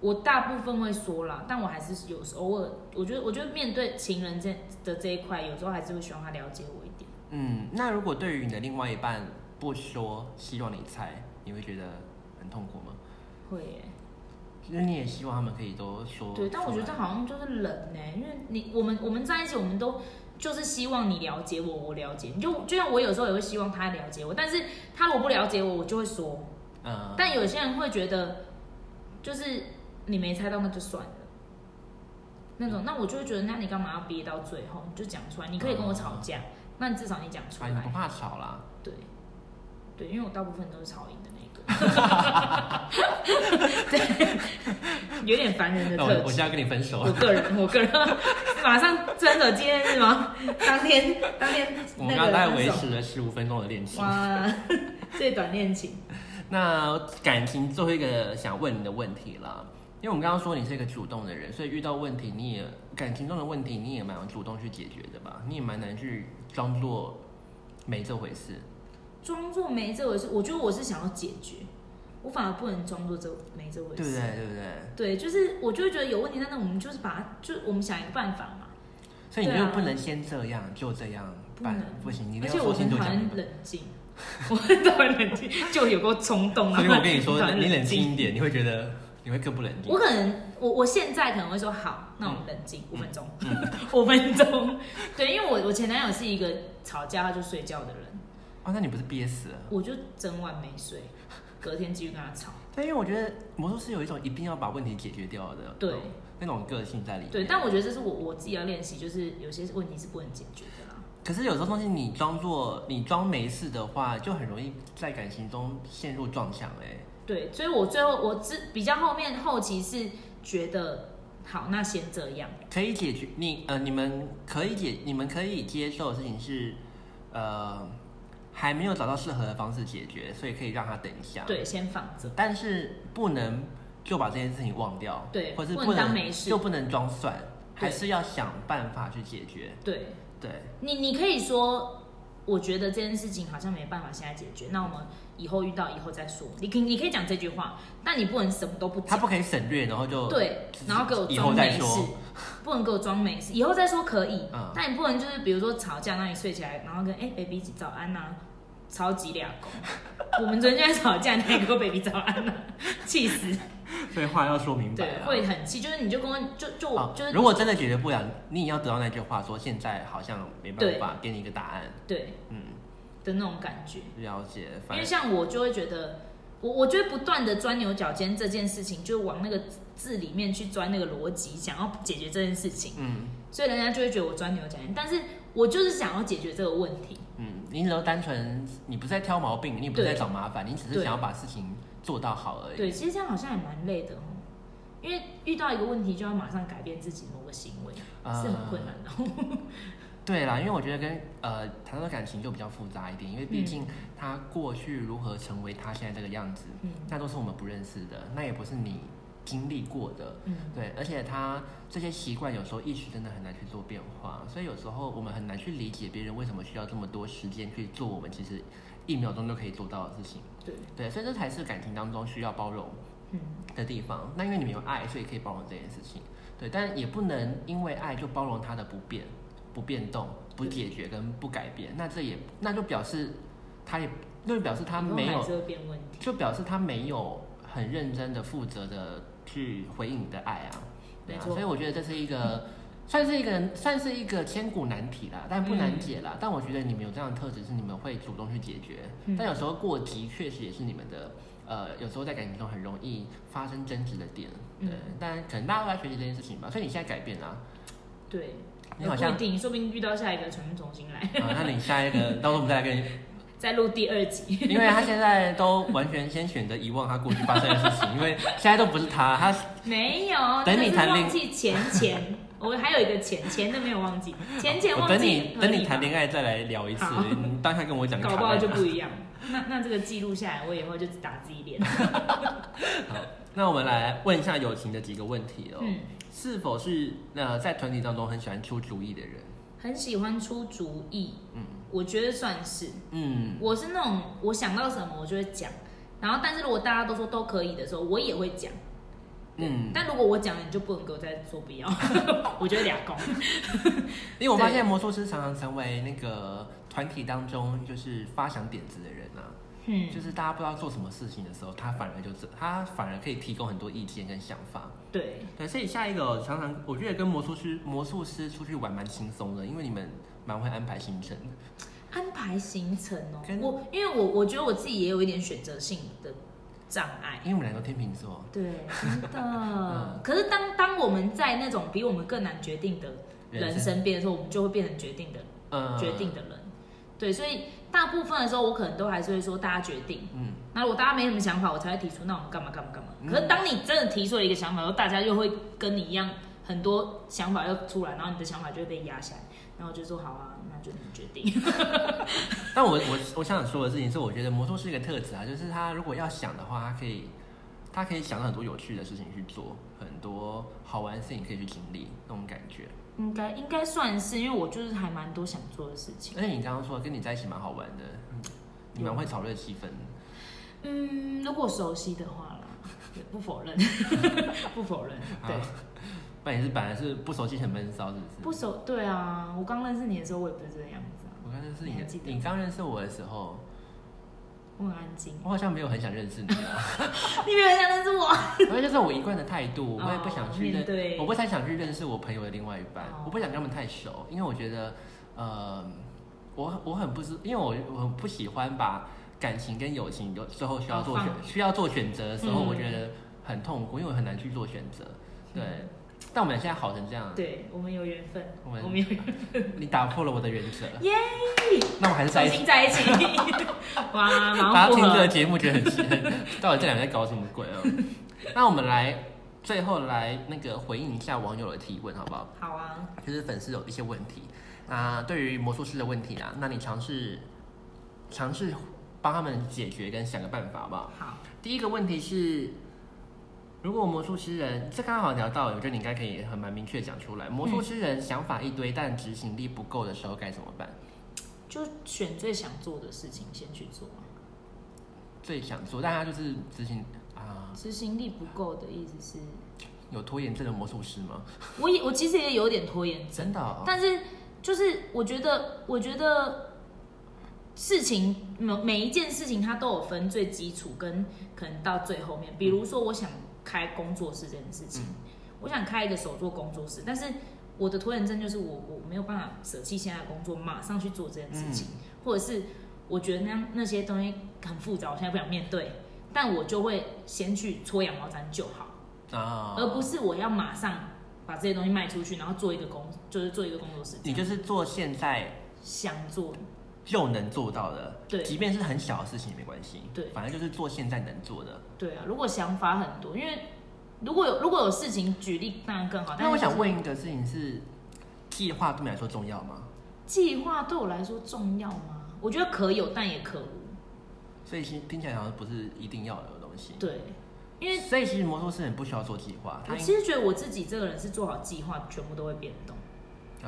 S2: 我大部分会说啦，但我还是有时偶尔，我觉得我觉得面对情人这的这一块，有时候还是会希望他了解我一点。
S1: 嗯，那如果对于你的另外一半不说，希望你猜，你会觉得很痛苦吗？
S2: 会耶、
S1: 那你也希望他们可以都说。
S2: 对，但我觉得这好像就是人呢、因为你我们我们在一起，我们都就是希望你了解我，我了解你。就就像我有时候也会希望他了解我，但是他如果不了解我，我就会说。
S1: 嗯，
S2: 但有些人会觉得，就是你没猜到那就算了，那种。那我就会觉得，那你干嘛要憋到最后？你就讲出来，你可以跟我吵
S1: 嗯
S2: 架，那你至少你讲出
S1: 啊，你不
S2: 来。
S1: 怕吵啦？
S2: 对，对，因为我大部分都是吵赢的那
S1: [LAUGHS]
S2: 个。 [LAUGHS] 对，有点烦人的
S1: 那我
S2: 特质
S1: 我。现在跟你分手
S2: [LAUGHS] 我
S1: 了。
S2: 个人，我个人马上真的今天是吗？当天，当天
S1: [LAUGHS] 我们
S2: 那
S1: 刚刚
S2: 个
S1: 大概
S2: 分
S1: 维
S2: 手
S1: 持了十五分钟的恋情。
S2: 哇， [LAUGHS] 最短恋情。
S1: 那感情最后一个想问你的问题了，因为我们刚刚说你是一个主动的人，所以遇到问题你也感情中的问题你也蛮主动去解决的吧？你也蛮难去装作没这回事。
S2: 装作没这回事，我觉得我是想要解决，我反而不能装作这没这回
S1: 对不对？
S2: 事。
S1: 对不对？
S2: 对，就是我就会觉得有问题，但是我们就是把它，就我们想一个办法嘛，
S1: 所以你
S2: 对
S1: 就
S2: 啊
S1: 不能先这样，就这样
S2: 不
S1: 办
S2: 能，
S1: 不行，你一
S2: 而
S1: 定
S2: 且
S1: 要
S2: 我
S1: 说
S2: 很
S1: 清楚
S2: 讨
S1: 讲
S2: 厌
S1: 明白。
S2: 冷静， [LAUGHS] 我很讨厌冷静，就有够冲动啊！
S1: 所以我跟你说
S2: 很讨，厌
S1: 你冷静一点，你会觉得你会更不冷静
S2: 我。可能我我现在可能会说好，那我们冷静五分钟， [LAUGHS] 五分钟。对，因为我我前男友是一个吵架他就睡觉的人，
S1: 哦，那你不是憋死了？
S2: 我就整晚没睡，隔天继续跟他吵。
S1: 对，因为我觉得魔术师有一种一定要把问题解决掉的，
S2: 对
S1: 那种个性在里面。
S2: 对，但我觉得这是我我自己要练习，就是有些问题是不能解决的啦。
S1: 可是有时候东西你装作你装没事的话，就很容易在感情中陷入撞墙哎、
S2: 对，所以我最后我之比较后面后期是觉得好，那先这样。
S1: 可以解决你呃，你们可以解，你们可以接受的事情是，呃，还没有找到适合的方式解决，所以可以让他等一下。，
S2: 对，先放着。
S1: 但是不能就把这件事情忘掉，
S2: 对
S1: 或是
S2: 不
S1: 不
S2: 能当没事
S1: 就不能装蒜，
S2: 对
S1: 还是要想办法去解决。
S2: 对，
S1: 对，
S2: 你你可以说，我觉得这件事情好像没办法现在解决，那我们以后遇到以后再说。你可以你可以讲这句话，但你不能什么都不
S1: 他
S2: 讲。
S1: 不可以省略，然后就
S2: 对，然后给我
S1: 以后
S2: 装
S1: 再
S2: 没事
S1: 说。，
S2: 不能给我装没事，以后再说可以。
S1: 嗯
S2: 但你不能就是比如说吵架，那你睡起来，然后跟哎、baby 一起早安呐、啊超级俩公。我们昨天就在吵架，你还给我 baby 早安呐、气死！
S1: 所以话要说明白
S2: 对，
S1: 啦
S2: 会很气，就是你就跟我就就我、
S1: 哦
S2: 就是
S1: 如果真的解决不了，你也要得到那句话说，现在好像没办法给你一个答案。
S2: 对
S1: 嗯，
S2: 的那种感觉。
S1: 了解。
S2: 因
S1: 反
S2: 为
S1: 正
S2: 像我就会觉得，我我就会不断的钻牛角尖这件事情，就往那个字里面去钻那个逻辑，想要解决这件事情，
S1: 嗯
S2: 所以人家就会觉得我钻牛角尖。但是我就是想要解决这个问题，
S1: 嗯，你只要单纯，你不是在挑毛病，你也不是
S2: 对
S1: 在找麻烦，你只是
S2: 对
S1: 想要把事情做到好而已。
S2: 对，其实这样好像也蛮累的哦，因为遇到一个问题就要马上改变自己某个行为，
S1: 呃
S2: 是很困难的
S1: [LAUGHS]
S2: 哦。
S1: 对啦，因为我觉得跟呃谈到感情就比较复杂一点，因为毕
S2: 嗯
S1: 竟他过去如何成为他现在这个样子，
S2: 嗯
S1: 那都是我们不认识的，那也不是你经历过的。
S2: 嗯，
S1: 对，而且他这些习惯有时候一时真的很难去做变化，所以有时候我们很难去理解别人为什么需要这么多时间去做我们其实一秒钟就可以做到的事情。
S2: 对，
S1: 对，所以这才是感情当中需要包容
S2: 嗯，
S1: 的地方。那因为你们有爱，所以可以包容这件事情。对，但也不能因为爱就包容他的不变、不变动、不解决跟不改变。那这也那就表示他也那就表示他
S2: 以后
S1: 没有
S2: 还是会变问题。
S1: 就表示他没有很认真的、负责的去回应你的爱啊，对啊，
S2: 没错
S1: 所以我觉得这是一个算是一个算是一个千古难题啦，但不
S2: 嗯
S1: 难解啦。但我觉得你们有这样的特质，是你们会主动去解决。
S2: 嗯
S1: 但有时候过急确实也是你们的，呃，有时候在感情中很容易发生争执的点。对，
S2: 嗯
S1: 但可能大家都在学习这件事情吧。所以你现在改变啦，
S2: 对，
S1: 你好
S2: 不一
S1: 像，
S2: 定，说不定遇到下一个全部重新来，
S1: 啊、那你下一个，到时候我们再来跟你
S2: 再录第二集。
S1: 因为他现在都完全先选择遗忘他过去发生的事情，因为现在都不是他，他
S2: 没有，
S1: 等你
S2: 就是
S1: 谈恋
S2: 忘记钱
S1: [LAUGHS]
S2: 钱，我还有一个钱钱都没有忘记，钱钱
S1: 我
S2: 忘
S1: 等
S2: 记
S1: 你
S2: 合理吗，
S1: 等你谈恋爱再来聊一次
S2: 好，
S1: 你当下跟我讲
S2: 搞不好就
S1: 卡在
S2: 不一样。那那这个记录下来，我以后就只打自己脸。
S1: 哪好。那我们来问一下友情的几个问题哦，
S2: 嗯，
S1: 是否是呃在团体当中很喜欢出主意的人？
S2: 很喜欢出主意，
S1: 嗯
S2: 我觉得算是。
S1: 嗯
S2: 我是那种我想到什么我就会讲，然后但是如果大家都说都可以的时候，我也会讲。
S1: 嗯，
S2: 但如果我讲了，你就不能给我再说不要，
S1: [LAUGHS]
S2: 我就会俩公。
S1: 因为我发现魔术师常常成为那个团体当中就是发想点子的人啊，
S2: 嗯，
S1: 就是大家不知道做什么事情的时候，他反而就是他反而可以提供很多意见跟想法。
S2: 对，
S1: 对，所以下一个哦常常我觉得跟魔术师魔术师出去玩蛮轻松的，因为你们蛮会安排行程的。
S2: 安排行程哦、
S1: 跟
S2: 我因为我我觉得我自己也有一点选择性的障碍。
S1: 因为我们两个天秤座，
S2: 对，
S1: [LAUGHS]
S2: 真
S1: 嗯
S2: 的。可是当当我们在那种比我们更难决定的人身边的时候，我们就会变成决定的、
S1: 呃
S2: 决定，的人。对，所以大部分的时候，我可能都还是会说大家决定。
S1: 嗯，
S2: 那如果大家没什么想法，我才会提出那我们干嘛干嘛干嘛。
S1: 嗯
S2: 可是当你真的提出了一个想法，然后大家又会跟你一样，很多想法又出来，然后你的想法就会被压下来，然后我就说好啊，那就你决
S1: [LAUGHS]
S2: 定。
S1: 但我我我想说的事情是，我觉得魔术师一个特质啊，就是他如果要想的话，他可以他可以想到很多有趣的事情去做，很多好玩的事情可以去经历那种感觉。
S2: 应该应该算是，因为我就是还蛮多想做的事情。
S1: 而且你刚刚说跟你在一起蛮好玩的，嗯你蛮会炒热气氛的。
S2: 嗯，如果熟悉的话啦，对不否认， [LAUGHS] 不否认，对，
S1: 好，不然也是本来是不熟悉很闷骚，是不是？
S2: 不熟，对啊，我刚认识你的时候，我也不是这个样子啊，
S1: 我刚认识你
S2: 你还
S1: 的
S2: 记，得
S1: 你刚认识我的时候，
S2: 我很安静，
S1: 我好像没有很想认识你啊，
S2: 你没有很想认识我，
S1: [LAUGHS] 因为这是我一贯的态度，我也不想去
S2: 哦面
S1: 认，
S2: 对，
S1: 我不太想去认识我朋友的另外一半
S2: 哦，
S1: 我不想跟他们太熟，因为我觉得，呃，我我很不知，因为我我很不喜欢把感情跟友情有最后需要做选
S2: 哦
S1: 需要做选择的时候，
S2: 嗯嗯
S1: 我觉得很痛苦，因为我很难去做选择。对，但我们现在好成这样，
S2: 对我们有缘分，
S1: 我
S2: 我
S1: 们
S2: 们有缘分，
S1: 你打破了我的原则，
S2: 耶！
S1: 那我还是在一起。
S2: 重新在一起， [LAUGHS] 哇，马
S1: 大家
S2: 上复
S1: 听这个
S2: 合，
S1: 节目觉得很奇怪， [LAUGHS] 到底这两个在搞什么鬼啊？ [LAUGHS] 那我们来最后来那个回应一下网友的提问，好不好？
S2: 好啊，
S1: 就是粉丝有一些问题，那对于魔术师的问题啊啦，那你尝试尝试帮他们解决跟想个办法，好不好？
S2: 好，
S1: 第一个问题是，如果魔术师人，这刚好聊到，我觉得你应该可以很蛮明确地讲出来。魔术师人想法一堆，但执行力不够的时候该怎么办？
S2: 就选最想做的事情先去做啊，
S1: 最想做，但他就是执行啊、
S2: 执行力不够的意思是，
S1: 有拖延症的魔术师吗？
S2: 我也我其实也有点拖延症。
S1: 真的、哦？
S2: 但是就是我觉得，我觉得事情每每一件事情它都有分最基础跟可能到最后面。比如说，我想开工作室这件事情，我想开一个手作工作室，但是我的拖延症就是我我没有办法舍弃现在的工作，马上去做这件事情，
S1: 嗯
S2: 或者是我觉得那那些东西很复杂，我现在不想面对，但我就会先去搓羊毛毡就好。
S1: 啊、
S2: 而不是我要马上把这些东西卖出去，然后做一个工，就是做一个工作室，
S1: 你就是做现在
S2: 想做，
S1: 就能做到的，
S2: 对
S1: 即便是很小的事情也没关系，
S2: 对
S1: 反正就是做现在能做的。
S2: 对啊。如果想法很多，因为如果有如果有事情举例，当然更好。但
S1: 那
S2: 是
S1: 我想问一个事情是，计划对你来说重要吗？
S2: 计划对我来说重要吗？我觉得可有，但也可无。
S1: 所以其实听起来好像不是一定要有的东西。，
S2: 对，因为
S1: 所以其实魔术师很不需要做计划，他
S2: 我
S1: 应
S2: 其实觉得我自己这个人是做好计划，全部都会变动，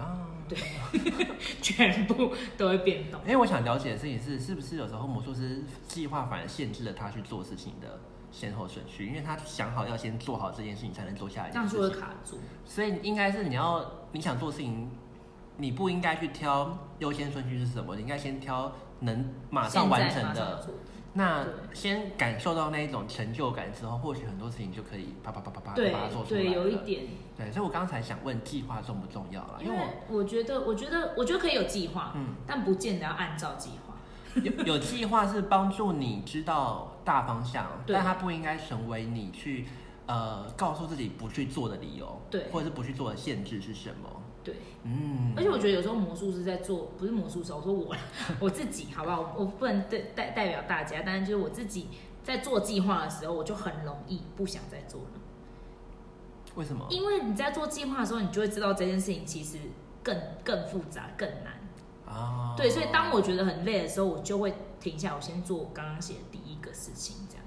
S1: 啊，
S2: 对， [LAUGHS] 全部都会变动。
S1: 因为我想了解的事情是，是不是有时候魔术师计划反而限制了他去做事情的先后顺序，因为他想好要先做好这件事情，才能做下一
S2: 这
S1: 件
S2: 样
S1: 事
S2: 就会
S1: 情。
S2: 卡住，
S1: 所以应该是你要你想做事情，你不应该去挑优先顺序是什么，你应该先挑能马上完成
S2: 现在马
S1: 的
S2: 上。做
S1: 那
S2: 对
S1: 先感受到那一种成就感之后，或许很多事情就可以啪啪啪啪啪
S2: 对
S1: 把它做出来
S2: 对，有一
S1: 了
S2: 点，
S1: 对，所以我刚才想问计划重不重要啦，因
S2: 因
S1: 为
S2: 为
S1: 我
S2: 我觉得，我觉得，我觉得可以有计划，
S1: 嗯
S2: 但不见得要按照计划。
S1: 有有计划是帮助你知道大方向，
S2: 对
S1: 但它不应该成为你去呃告诉自己不去做的理由，
S2: 对
S1: 或者是不去做的限制是什么？
S2: 对，
S1: 嗯，
S2: 而且我觉得有时候魔术师在做，不是魔术师，哦我说我 [LAUGHS] 我自己，好不好？我不能代代代表大家，但是就是我自己在做计划的时候，我就很容易不想再做了，
S1: 为什么？
S2: 因为你在做计划的时候，你就会知道这件事情其实更更复杂、更难。
S1: 啊，
S2: 对，所以当我觉得很累的时候，我就会停下来，我先做我刚刚写的第一个事情，这样。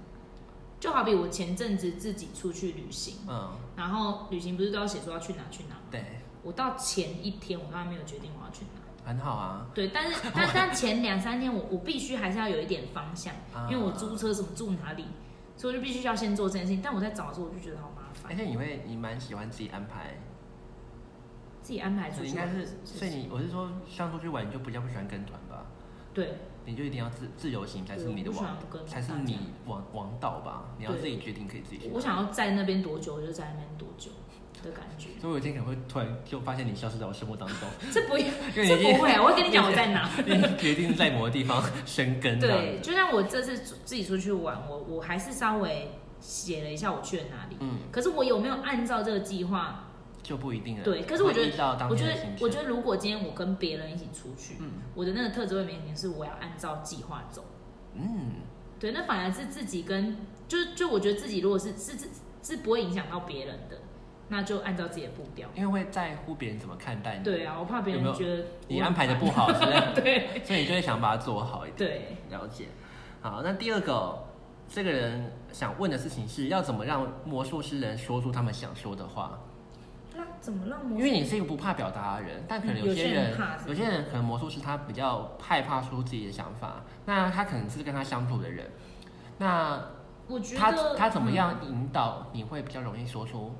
S2: 就好比我前阵子自己出去旅行，
S1: 嗯，
S2: 然后旅行不是都要写说要去哪去哪？
S1: 对，
S2: 我到前一天我都还没有决定我要去哪。
S1: 很好啊，
S2: 对，
S1: [LAUGHS]
S2: 但是但但前两三天我我必须还是要有一点方向，
S1: 啊
S2: 因为我租车什么住哪里，所以我就必须要先做这件事情。但我在找的时候我就觉得好麻
S1: 而
S2: 烦，
S1: 且你会你蛮喜欢自己安排，
S2: 自己安排出
S1: 你
S2: 去
S1: 应该
S2: 玩
S1: 是，
S2: 是
S1: 所以你我是说像出去玩你就比较不喜欢跟团吧，
S2: 对
S1: 你就一定要自自由行才是你的
S2: 我不喜欢
S1: 王，
S2: 跟
S1: 才是
S2: 大家
S1: 你王王道吧，你要
S2: 对
S1: 自己决定可以自己去
S2: 我我想要在那边多久我就在那边多久的感觉。
S1: 所以我有一天可能会突然就发现你消失在我生活当
S2: [LAUGHS]
S1: 中，
S2: 这不，
S1: 因为
S2: 这
S1: 你已经
S2: 不会，啊我会跟你讲我在
S1: [LAUGHS]
S2: 哪。
S1: 你已经决定在某个地方生根这
S2: 对，
S1: 样子。
S2: 就像我这次自己出去玩，我我还是稍微写了一下我去了哪里。
S1: 嗯，
S2: 可是我有没有按照这个计划？
S1: 就不一定了。
S2: 对可是我觉得
S1: 会依照当
S2: 我
S1: 天
S2: 觉
S1: 的
S2: 得
S1: 行，程
S2: 我觉得如果今天我跟别人一起出去，
S1: 嗯
S2: 我的那个特质会明显是我要按照计划走。
S1: 嗯，
S2: 对，那反而是自己跟，就就我觉得自己如果是是是是不会影响到别人的，那就按照自己的步调。
S1: 因为会在乎别人怎么看待你，
S2: 对啊，我怕别人
S1: 有没有
S2: 觉得
S1: 你
S2: 我很
S1: 安排的
S2: 烦？
S1: 不好，是不是
S2: [LAUGHS] 对
S1: 所以你就会想把它做好一点。
S2: 对。
S1: 了解。好，那第二个哦、这个人想问的事情是要怎么让魔术师人说出他们想说的话？
S2: 那怎么让魔
S1: 因为你是一个不怕表达的人，但可能
S2: 嗯有
S1: 些
S2: 些人
S1: 人，
S2: 怕是
S1: 有些人可能魔术师他比较害怕说自己的想法，那他可能是跟他相处的人，那
S2: 我觉得
S1: 他他怎么
S2: 嗯
S1: 样引导你会比较容易说出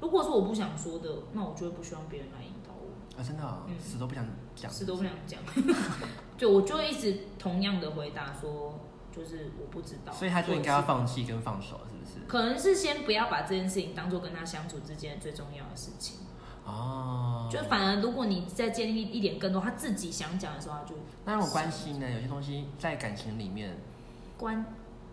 S2: 如果说我不想说的，那我就会不希望别人来引导我，
S1: 啊？真的哦、
S2: 嗯
S1: 死都不想讲，
S2: 是都不想讲。 [LAUGHS] 对，我就会一直同样的回答说，就是我不知道。
S1: 所以他就应该
S2: 或
S1: 要
S2: 者是
S1: 放弃跟放手，是不是？
S2: 可能是先不要把这件事情当做跟他相处之间最重要的事情，
S1: 哦，
S2: 就反而如果你再建立一点更多他自己想讲的时候，他就
S1: 那种关系呢？有些东西在感情里面，
S2: 关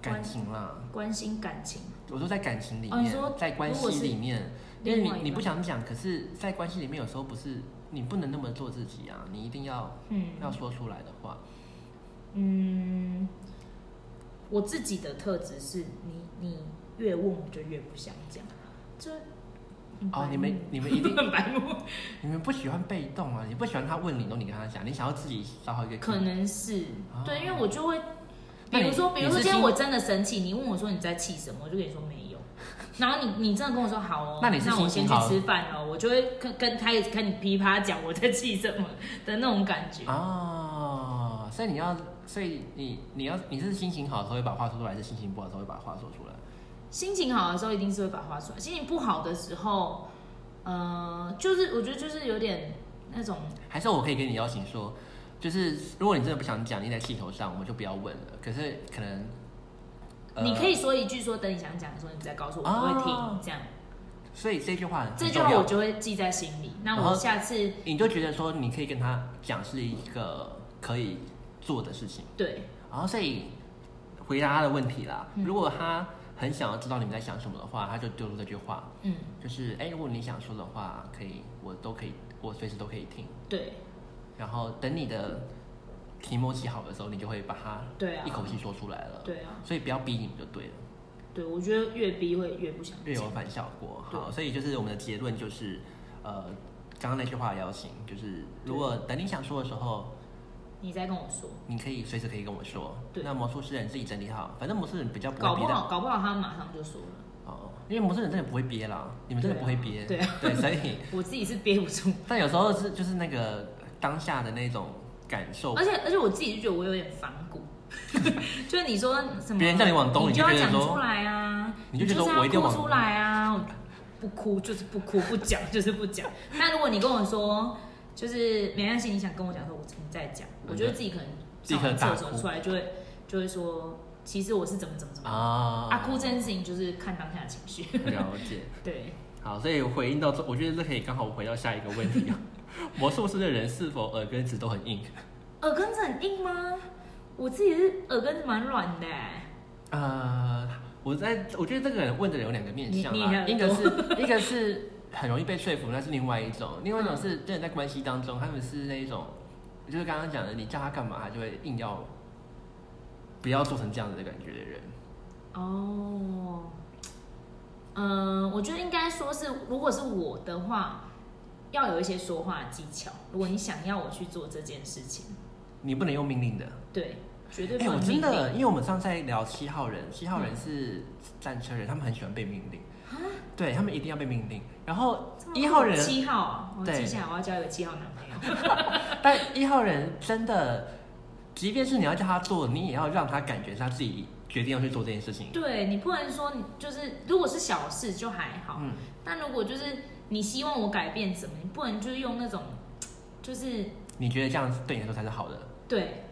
S1: 感情啦，
S2: 关心感情。
S1: 我说在感情里
S2: 哦你
S1: 面，
S2: 说
S1: 在关
S2: 如果
S1: 系
S2: 是
S1: 里面，因
S2: 另
S1: 为
S2: 外
S1: 你
S2: 一
S1: 你
S2: 半
S1: 不想讲，可是，在关系里面有时候不是你不能那么做自己啊，你一定要
S2: 嗯
S1: 要说出来的话，
S2: 嗯，我自己的特质是你你越问我就越不想讲，就很
S1: 哦
S2: 白，
S1: 你们
S2: 目
S1: 你们一定
S2: 很 [LAUGHS] 白目。
S1: 你们不喜欢被动啊，你不喜欢他问你，然后你跟他讲，你想要自己找好一个
S2: 可能是、
S1: 哦
S2: 对，因为我就会，
S1: 那
S2: 比
S1: 你
S2: 如说，比如
S1: 你
S2: 说
S1: 是
S2: 今
S1: 心
S2: 天我真的生气，你问我说你在气什么，我就跟你说没有。然后你你真的跟我说好哦，
S1: 那你是
S2: 我
S1: 心
S2: 先
S1: 情
S2: 去
S1: 好
S2: 吃饭哦，我就会跟跟开始跟你噼啪讲我在气什么的那种感
S1: 啊
S2: 觉。
S1: 哦，所以你要，所以你你要你是心情好的时候会把话说出来，还是心情不好的时候会把话说出来？
S2: 心情好的时候一定是会把话说完，心情不好的时候，呃，就是我觉得就是有点那种
S1: 还是我可以跟你邀请说，就是如果你真的不想讲，你在气头上，我们就不要问了。可是可能，呃
S2: 你可以说一句说等你想讲的时候你再告诉我，
S1: 哦
S2: 我会听这样。
S1: 所以这句话很
S2: 这句
S1: 重
S2: 话
S1: 要啊
S2: 我就会记在心里。那
S1: 然后
S2: 我下次
S1: 你就觉得说，你可以跟他讲是一个可以做的事情。
S2: 对
S1: 然后所以回答他的问题啦，
S2: 嗯
S1: 如果他很想要知道你们在想什么的话，他就丢出这句话，
S2: 嗯
S1: 就是哎，如果你想说的话，可以，我都可以，我随时都可以听。
S2: 对
S1: 然后等你的题目起好的时候，你就会把它
S2: 对啊
S1: 一口气说出来了。
S2: 对啊
S1: 所以不要逼你们就对了，
S2: 对，我觉得越逼会越不想
S1: 越有
S2: 讲。
S1: 反效果。
S2: 哦对
S1: 好，所以就是我们的结论就是，呃，刚刚那句话的邀请就是，如果等你想说的时候，
S2: 你再跟我说，
S1: 你可以随时可以跟我说。
S2: 对
S1: 那魔术师人自己整理好，反正魔术人比较不
S2: 搞
S1: 会
S2: 不
S1: 憋
S2: 好
S1: 到
S2: 搞不好他马上就说了。
S1: 哦，因为魔术人真的不会憋啦，你们真的不会憋。
S2: 对
S1: [LAUGHS]
S2: 啊
S1: 对，所以
S2: 我自己是憋不住，
S1: 但有时候是就是那个当下的那种感受
S2: [LAUGHS] 而，且而且我自己就觉得我有点反骨， [LAUGHS] 就是你说什么，
S1: 别人叫你往东
S2: 你
S1: 你就
S2: 要
S1: 觉得
S2: 讲
S1: 说
S2: 出来啊，
S1: 你
S2: 你
S1: 就觉得
S2: 是要
S1: 我一定要
S2: 哭
S1: 往
S2: 出来啊，我不哭就是不哭，不讲就是不讲。 [LAUGHS] 那如果你跟我说，
S1: 嗯
S2: 就是没关系，你想跟我讲说，我你再讲，我觉得自己可能
S1: 立
S2: 上
S1: 刻
S2: 完
S1: 大
S2: 厕所
S1: 哭
S2: 出来就会就会说，其实我是怎么怎么怎么样。
S1: 啊
S2: 啊，哭这件事情就是看当下的情绪。
S1: 了解。
S2: [LAUGHS] 对，
S1: 好，所以回应到这，我觉得这可以刚好回到下一个问
S2: [LAUGHS]
S1: 题啊。魔术师的人是否耳根子都很硬？
S2: 耳根子很硬吗？我自己是耳根子蛮软的、
S1: 呃，我在我觉得这个人问的人有两个面向
S2: 你
S1: 啦，一
S2: 你
S1: 个
S2: 很
S1: 是一个是很容易被说服，那是另外一种；，另外一种是真的在关系当中，他们是那一种，就是刚刚讲的，你叫他干嘛，他就会硬要不要做成这样子的感觉的人。
S2: 哦，嗯，我觉得应该说是，如果是我的话，要有一些说话技巧。如果你想要我去做这件事情，
S1: 你不能用命令的。
S2: 对，绝对
S1: 哎、
S2: 不能
S1: 我真
S2: 命令。嗯
S1: 的，因为我们上次在聊七号人，七号人是战车人，他们很喜欢被命令，对他们一定要被命令。然后
S2: 啊这么
S1: 一号人
S2: 七号啊，我
S1: 对
S2: 记下来，我要交一个七号男朋友。
S1: 但一号人真的，即便是你要叫他做，你也要让他感觉是他自己决定要去做这件事情。
S2: 对你不能说你就是，如果是小事就还好，
S1: 嗯，
S2: 但如果就是你希望我改变什么，你不能就是用那种，就是
S1: 你觉得这样对你来说才是好的？
S2: 对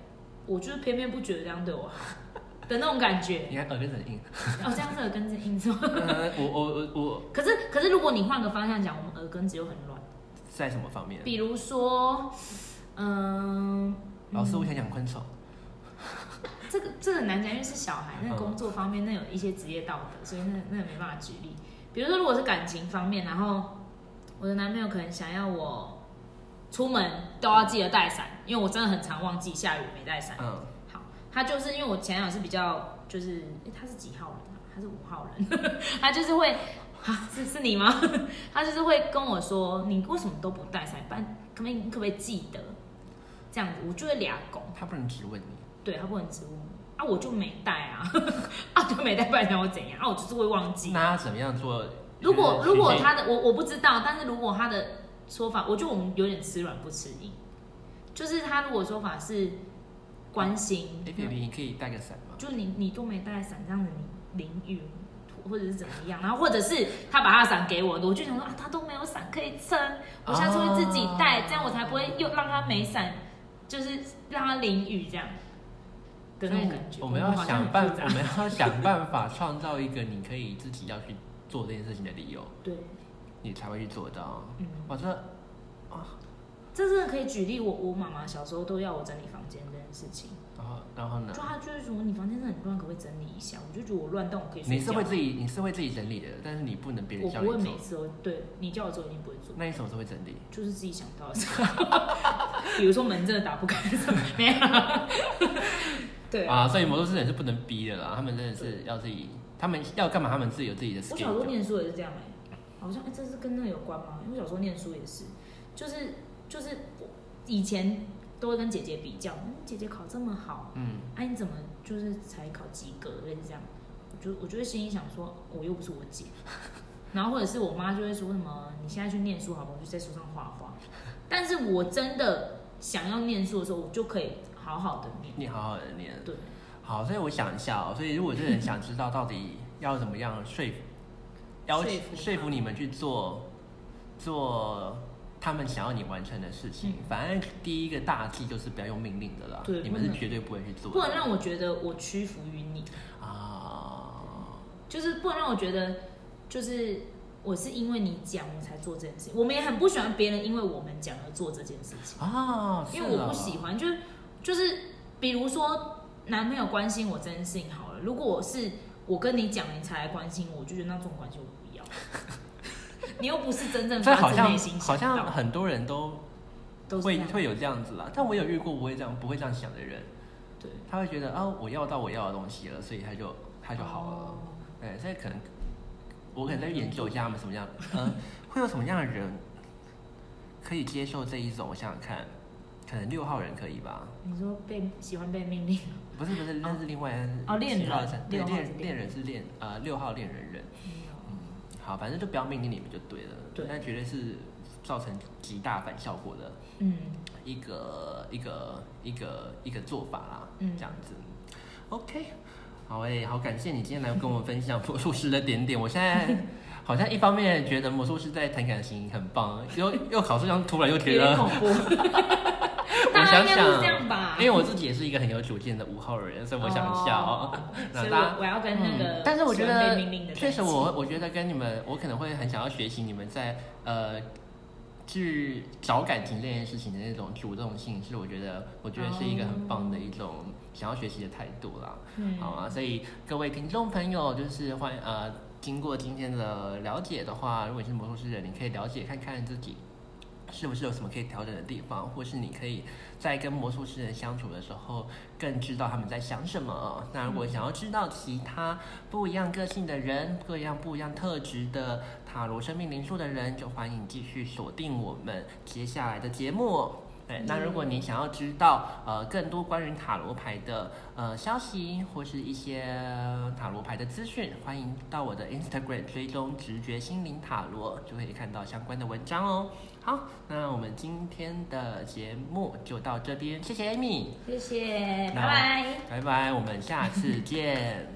S2: 我就是偏偏不觉得这样对我 [LAUGHS] 好的那种感觉。
S1: 你看耳根子很硬。
S2: 哦，这样子耳根子硬是吗？
S1: [LAUGHS]
S2: [LAUGHS]
S1: 呃，我我我我
S2: 可是可是如果你换个方向讲，我们耳根子又很软，
S1: 在什么方面？
S2: 比如说，嗯，
S1: 老师，我想讲昆虫。
S2: 这个这个很难讲，因为是小孩，
S1: 嗯
S2: 那个工作方面那有一些职业道德，所以那那没办法举例。比如说，如果是感情方面，然后我的男朋友可能想要我出门都要记得带伞，因为我真的很常忘记下雨没带伞。
S1: 嗯，
S2: 好，他就是因为我前男友是比较就是，诶他是几号人啊？他是五号人， [LAUGHS] 他就是会啊，是是你吗？ [LAUGHS] 他就是会跟我说，你为什么都不带伞？不然可不可以可不可以记得？这样子我就会俩拱。
S1: 他不能质问你。
S2: 对他不能植物啊，我就没带啊， [LAUGHS] 啊就没带，不然想我怎样啊？我就是会忘记。
S1: 那他怎么样做？
S2: 如果
S1: 就是
S2: 如果
S1: 去
S2: 他的我我不知道，但是如果他的说法，我觉得我们有点吃软不吃硬，就是他如果说法是关心，
S1: 哎，baby，你可以带个伞吗？
S2: 就你你都没带伞，这样子你淋雨。或者是怎么样，然后或者是他把他的伞给我，我就想说啊，他都没有伞可以撑，我下次会自己带，
S1: 哦
S2: 这样我才不会又让他没伞，就是让他淋雨这样的那种感觉。
S1: 我们要
S2: 好像
S1: 想
S2: 很
S1: 办
S2: 复，杂
S1: 我们要想办法创造一个你可以自己要去做这件事情的理由，
S2: 对，
S1: 你才会去做到。
S2: 嗯，
S1: 哇，这
S2: 这真的可以举例我。我妈妈小时候都要我整理房间这件事情，
S1: 然后然后呢？
S2: 就她就是说你房间真的很乱，可不可以整理一下？我就觉得我乱，但我可以睡
S1: 你是
S2: 觉。
S1: 会自己，你是会自己整理的，但是你不能别人
S2: 我
S1: 叫
S2: 不会
S1: 你
S2: 每
S1: 做。
S2: 次都对你叫我做，我一定不会做，
S1: 那你什么时候会整理？
S2: 就是自己想到的时候，比如说门真的 [LAUGHS] 打不开什么没有啊。对啊，
S1: 啊，所以魔术师人是不能逼的啦，他们真的是要自己，他们要干嘛，他们自己有自己的
S2: 我小时候
S1: schedule。
S2: 念书也是这样哎、好像哎、这是跟那个有关吗？因为我小时候念书也是，就是就是我以前都会跟姐姐比较，嗯，姐姐考这么好，
S1: 嗯，
S2: 哎、你怎么就是才考及格类似这样？我就我就会心里想说，我又不是我姐， [LAUGHS] 然后或者是我妈就会说什么，你现在去念书好不好？就在书上画画。但是我真的想要念书的时候，我就可以好好的念。
S1: 你好好的念。
S2: 对，
S1: 好，所以我想一下哦，所以如果这个人想知道到底要怎么样说服，要
S2: 说服他
S1: 说服你们去做做他们想要你完成的事情，
S2: 嗯
S1: 反正第一个大忌就是不要用命令的啦，
S2: 对
S1: 你们是
S2: 不能
S1: 绝对不会去做的。
S2: 不能让我觉得我屈服于你，
S1: 啊，
S2: 就是不能让我觉得就是我是因为你讲我才做这件事情。我们也很不喜欢别人因为我们讲而做这件事情。
S1: 啊，
S2: 因为我不
S1: 是哦
S2: 喜欢，就是就是，比如说男朋友关心我这件事情好了，如果我是我跟你讲你才来关心我，我就觉得那种关心我不
S1: [LAUGHS]
S2: 要。你又不是真正
S1: 这
S2: 发
S1: 好
S2: 自
S1: 像
S2: 内心
S1: 好
S2: 想
S1: 像
S2: 到，
S1: 很多人都
S2: 都是这
S1: 会
S2: 样
S1: 会有这样子啦，但我有遇过不会这样不会这样想的人，
S2: 对，
S1: 他会觉得啊我要到我要的东西了，所以他就他就好了。
S2: 哦
S1: 对，所以可能我可能再去研究一下他们什么样，
S2: [LAUGHS]
S1: 呃，会有什么样的人可以接受这一种？我想想看，可能六号人可以吧？
S2: 你说被喜欢被命令，
S1: 不是不是，那是另外
S2: 哦恋人
S1: 七号是对
S2: 六号是
S1: 恋
S2: 恋
S1: 恋
S2: 人
S1: 人是恋呃六号恋人人。好，反正就不要命令你们就对了，
S2: 对
S1: 那绝对是造成极大反效果的
S2: 嗯，
S1: 一个一个一个一个做法啦，
S2: 嗯
S1: 这样子。OK，好诶、好感谢你今天来跟我们分享魔术师的点点。我现在好像一方面觉得魔
S2: [LAUGHS]
S1: 术师在谈感情很棒，又又考试上突然又觉
S2: 有点
S1: 得 [LAUGHS]
S2: 恐怖。大大
S1: 想
S2: 家应该都是这样吧
S1: 想，因为我自己也是一个很有主见的五号人，所以我想哦笑。
S2: 哦所
S1: 那
S2: 以
S1: 大家
S2: 我我要跟那个、
S1: 嗯但是我觉
S2: 喜欢
S1: 得
S2: 被命令的，在
S1: 确
S2: 一起
S1: 实我我觉得跟你们，我可能会很想要学习你们在呃去找感情这件事情的那种主动性，是我觉得我觉得是一个很棒的
S2: 哦
S1: 一种想要学习的态度啦。
S2: 嗯
S1: 好啊，所以各位听众朋友，就是欢呃，经过今天的了解的话，如果你是魔术师人，你可以了解看看自己是不是有什么可以调整的地方，或是你可以在跟魔术师人相处的时候，更知道他们在想什么。那如果想要知道其他不一样个性的人、各样不一样特质的塔罗生命灵数的人，就欢迎继续锁定我们接下来的节目。对，那如果你想要知道呃更多关于塔罗牌的呃消息或是一些呃塔罗牌的资讯，欢迎到我的 Instagram 追踪直觉心灵塔罗，就可以看到相关的文章哦。好，那我们今天的节目就到这边，谢谢 Amy，
S2: 谢谢，拜
S1: 那
S2: 拜。
S1: 拜拜，我们下次见。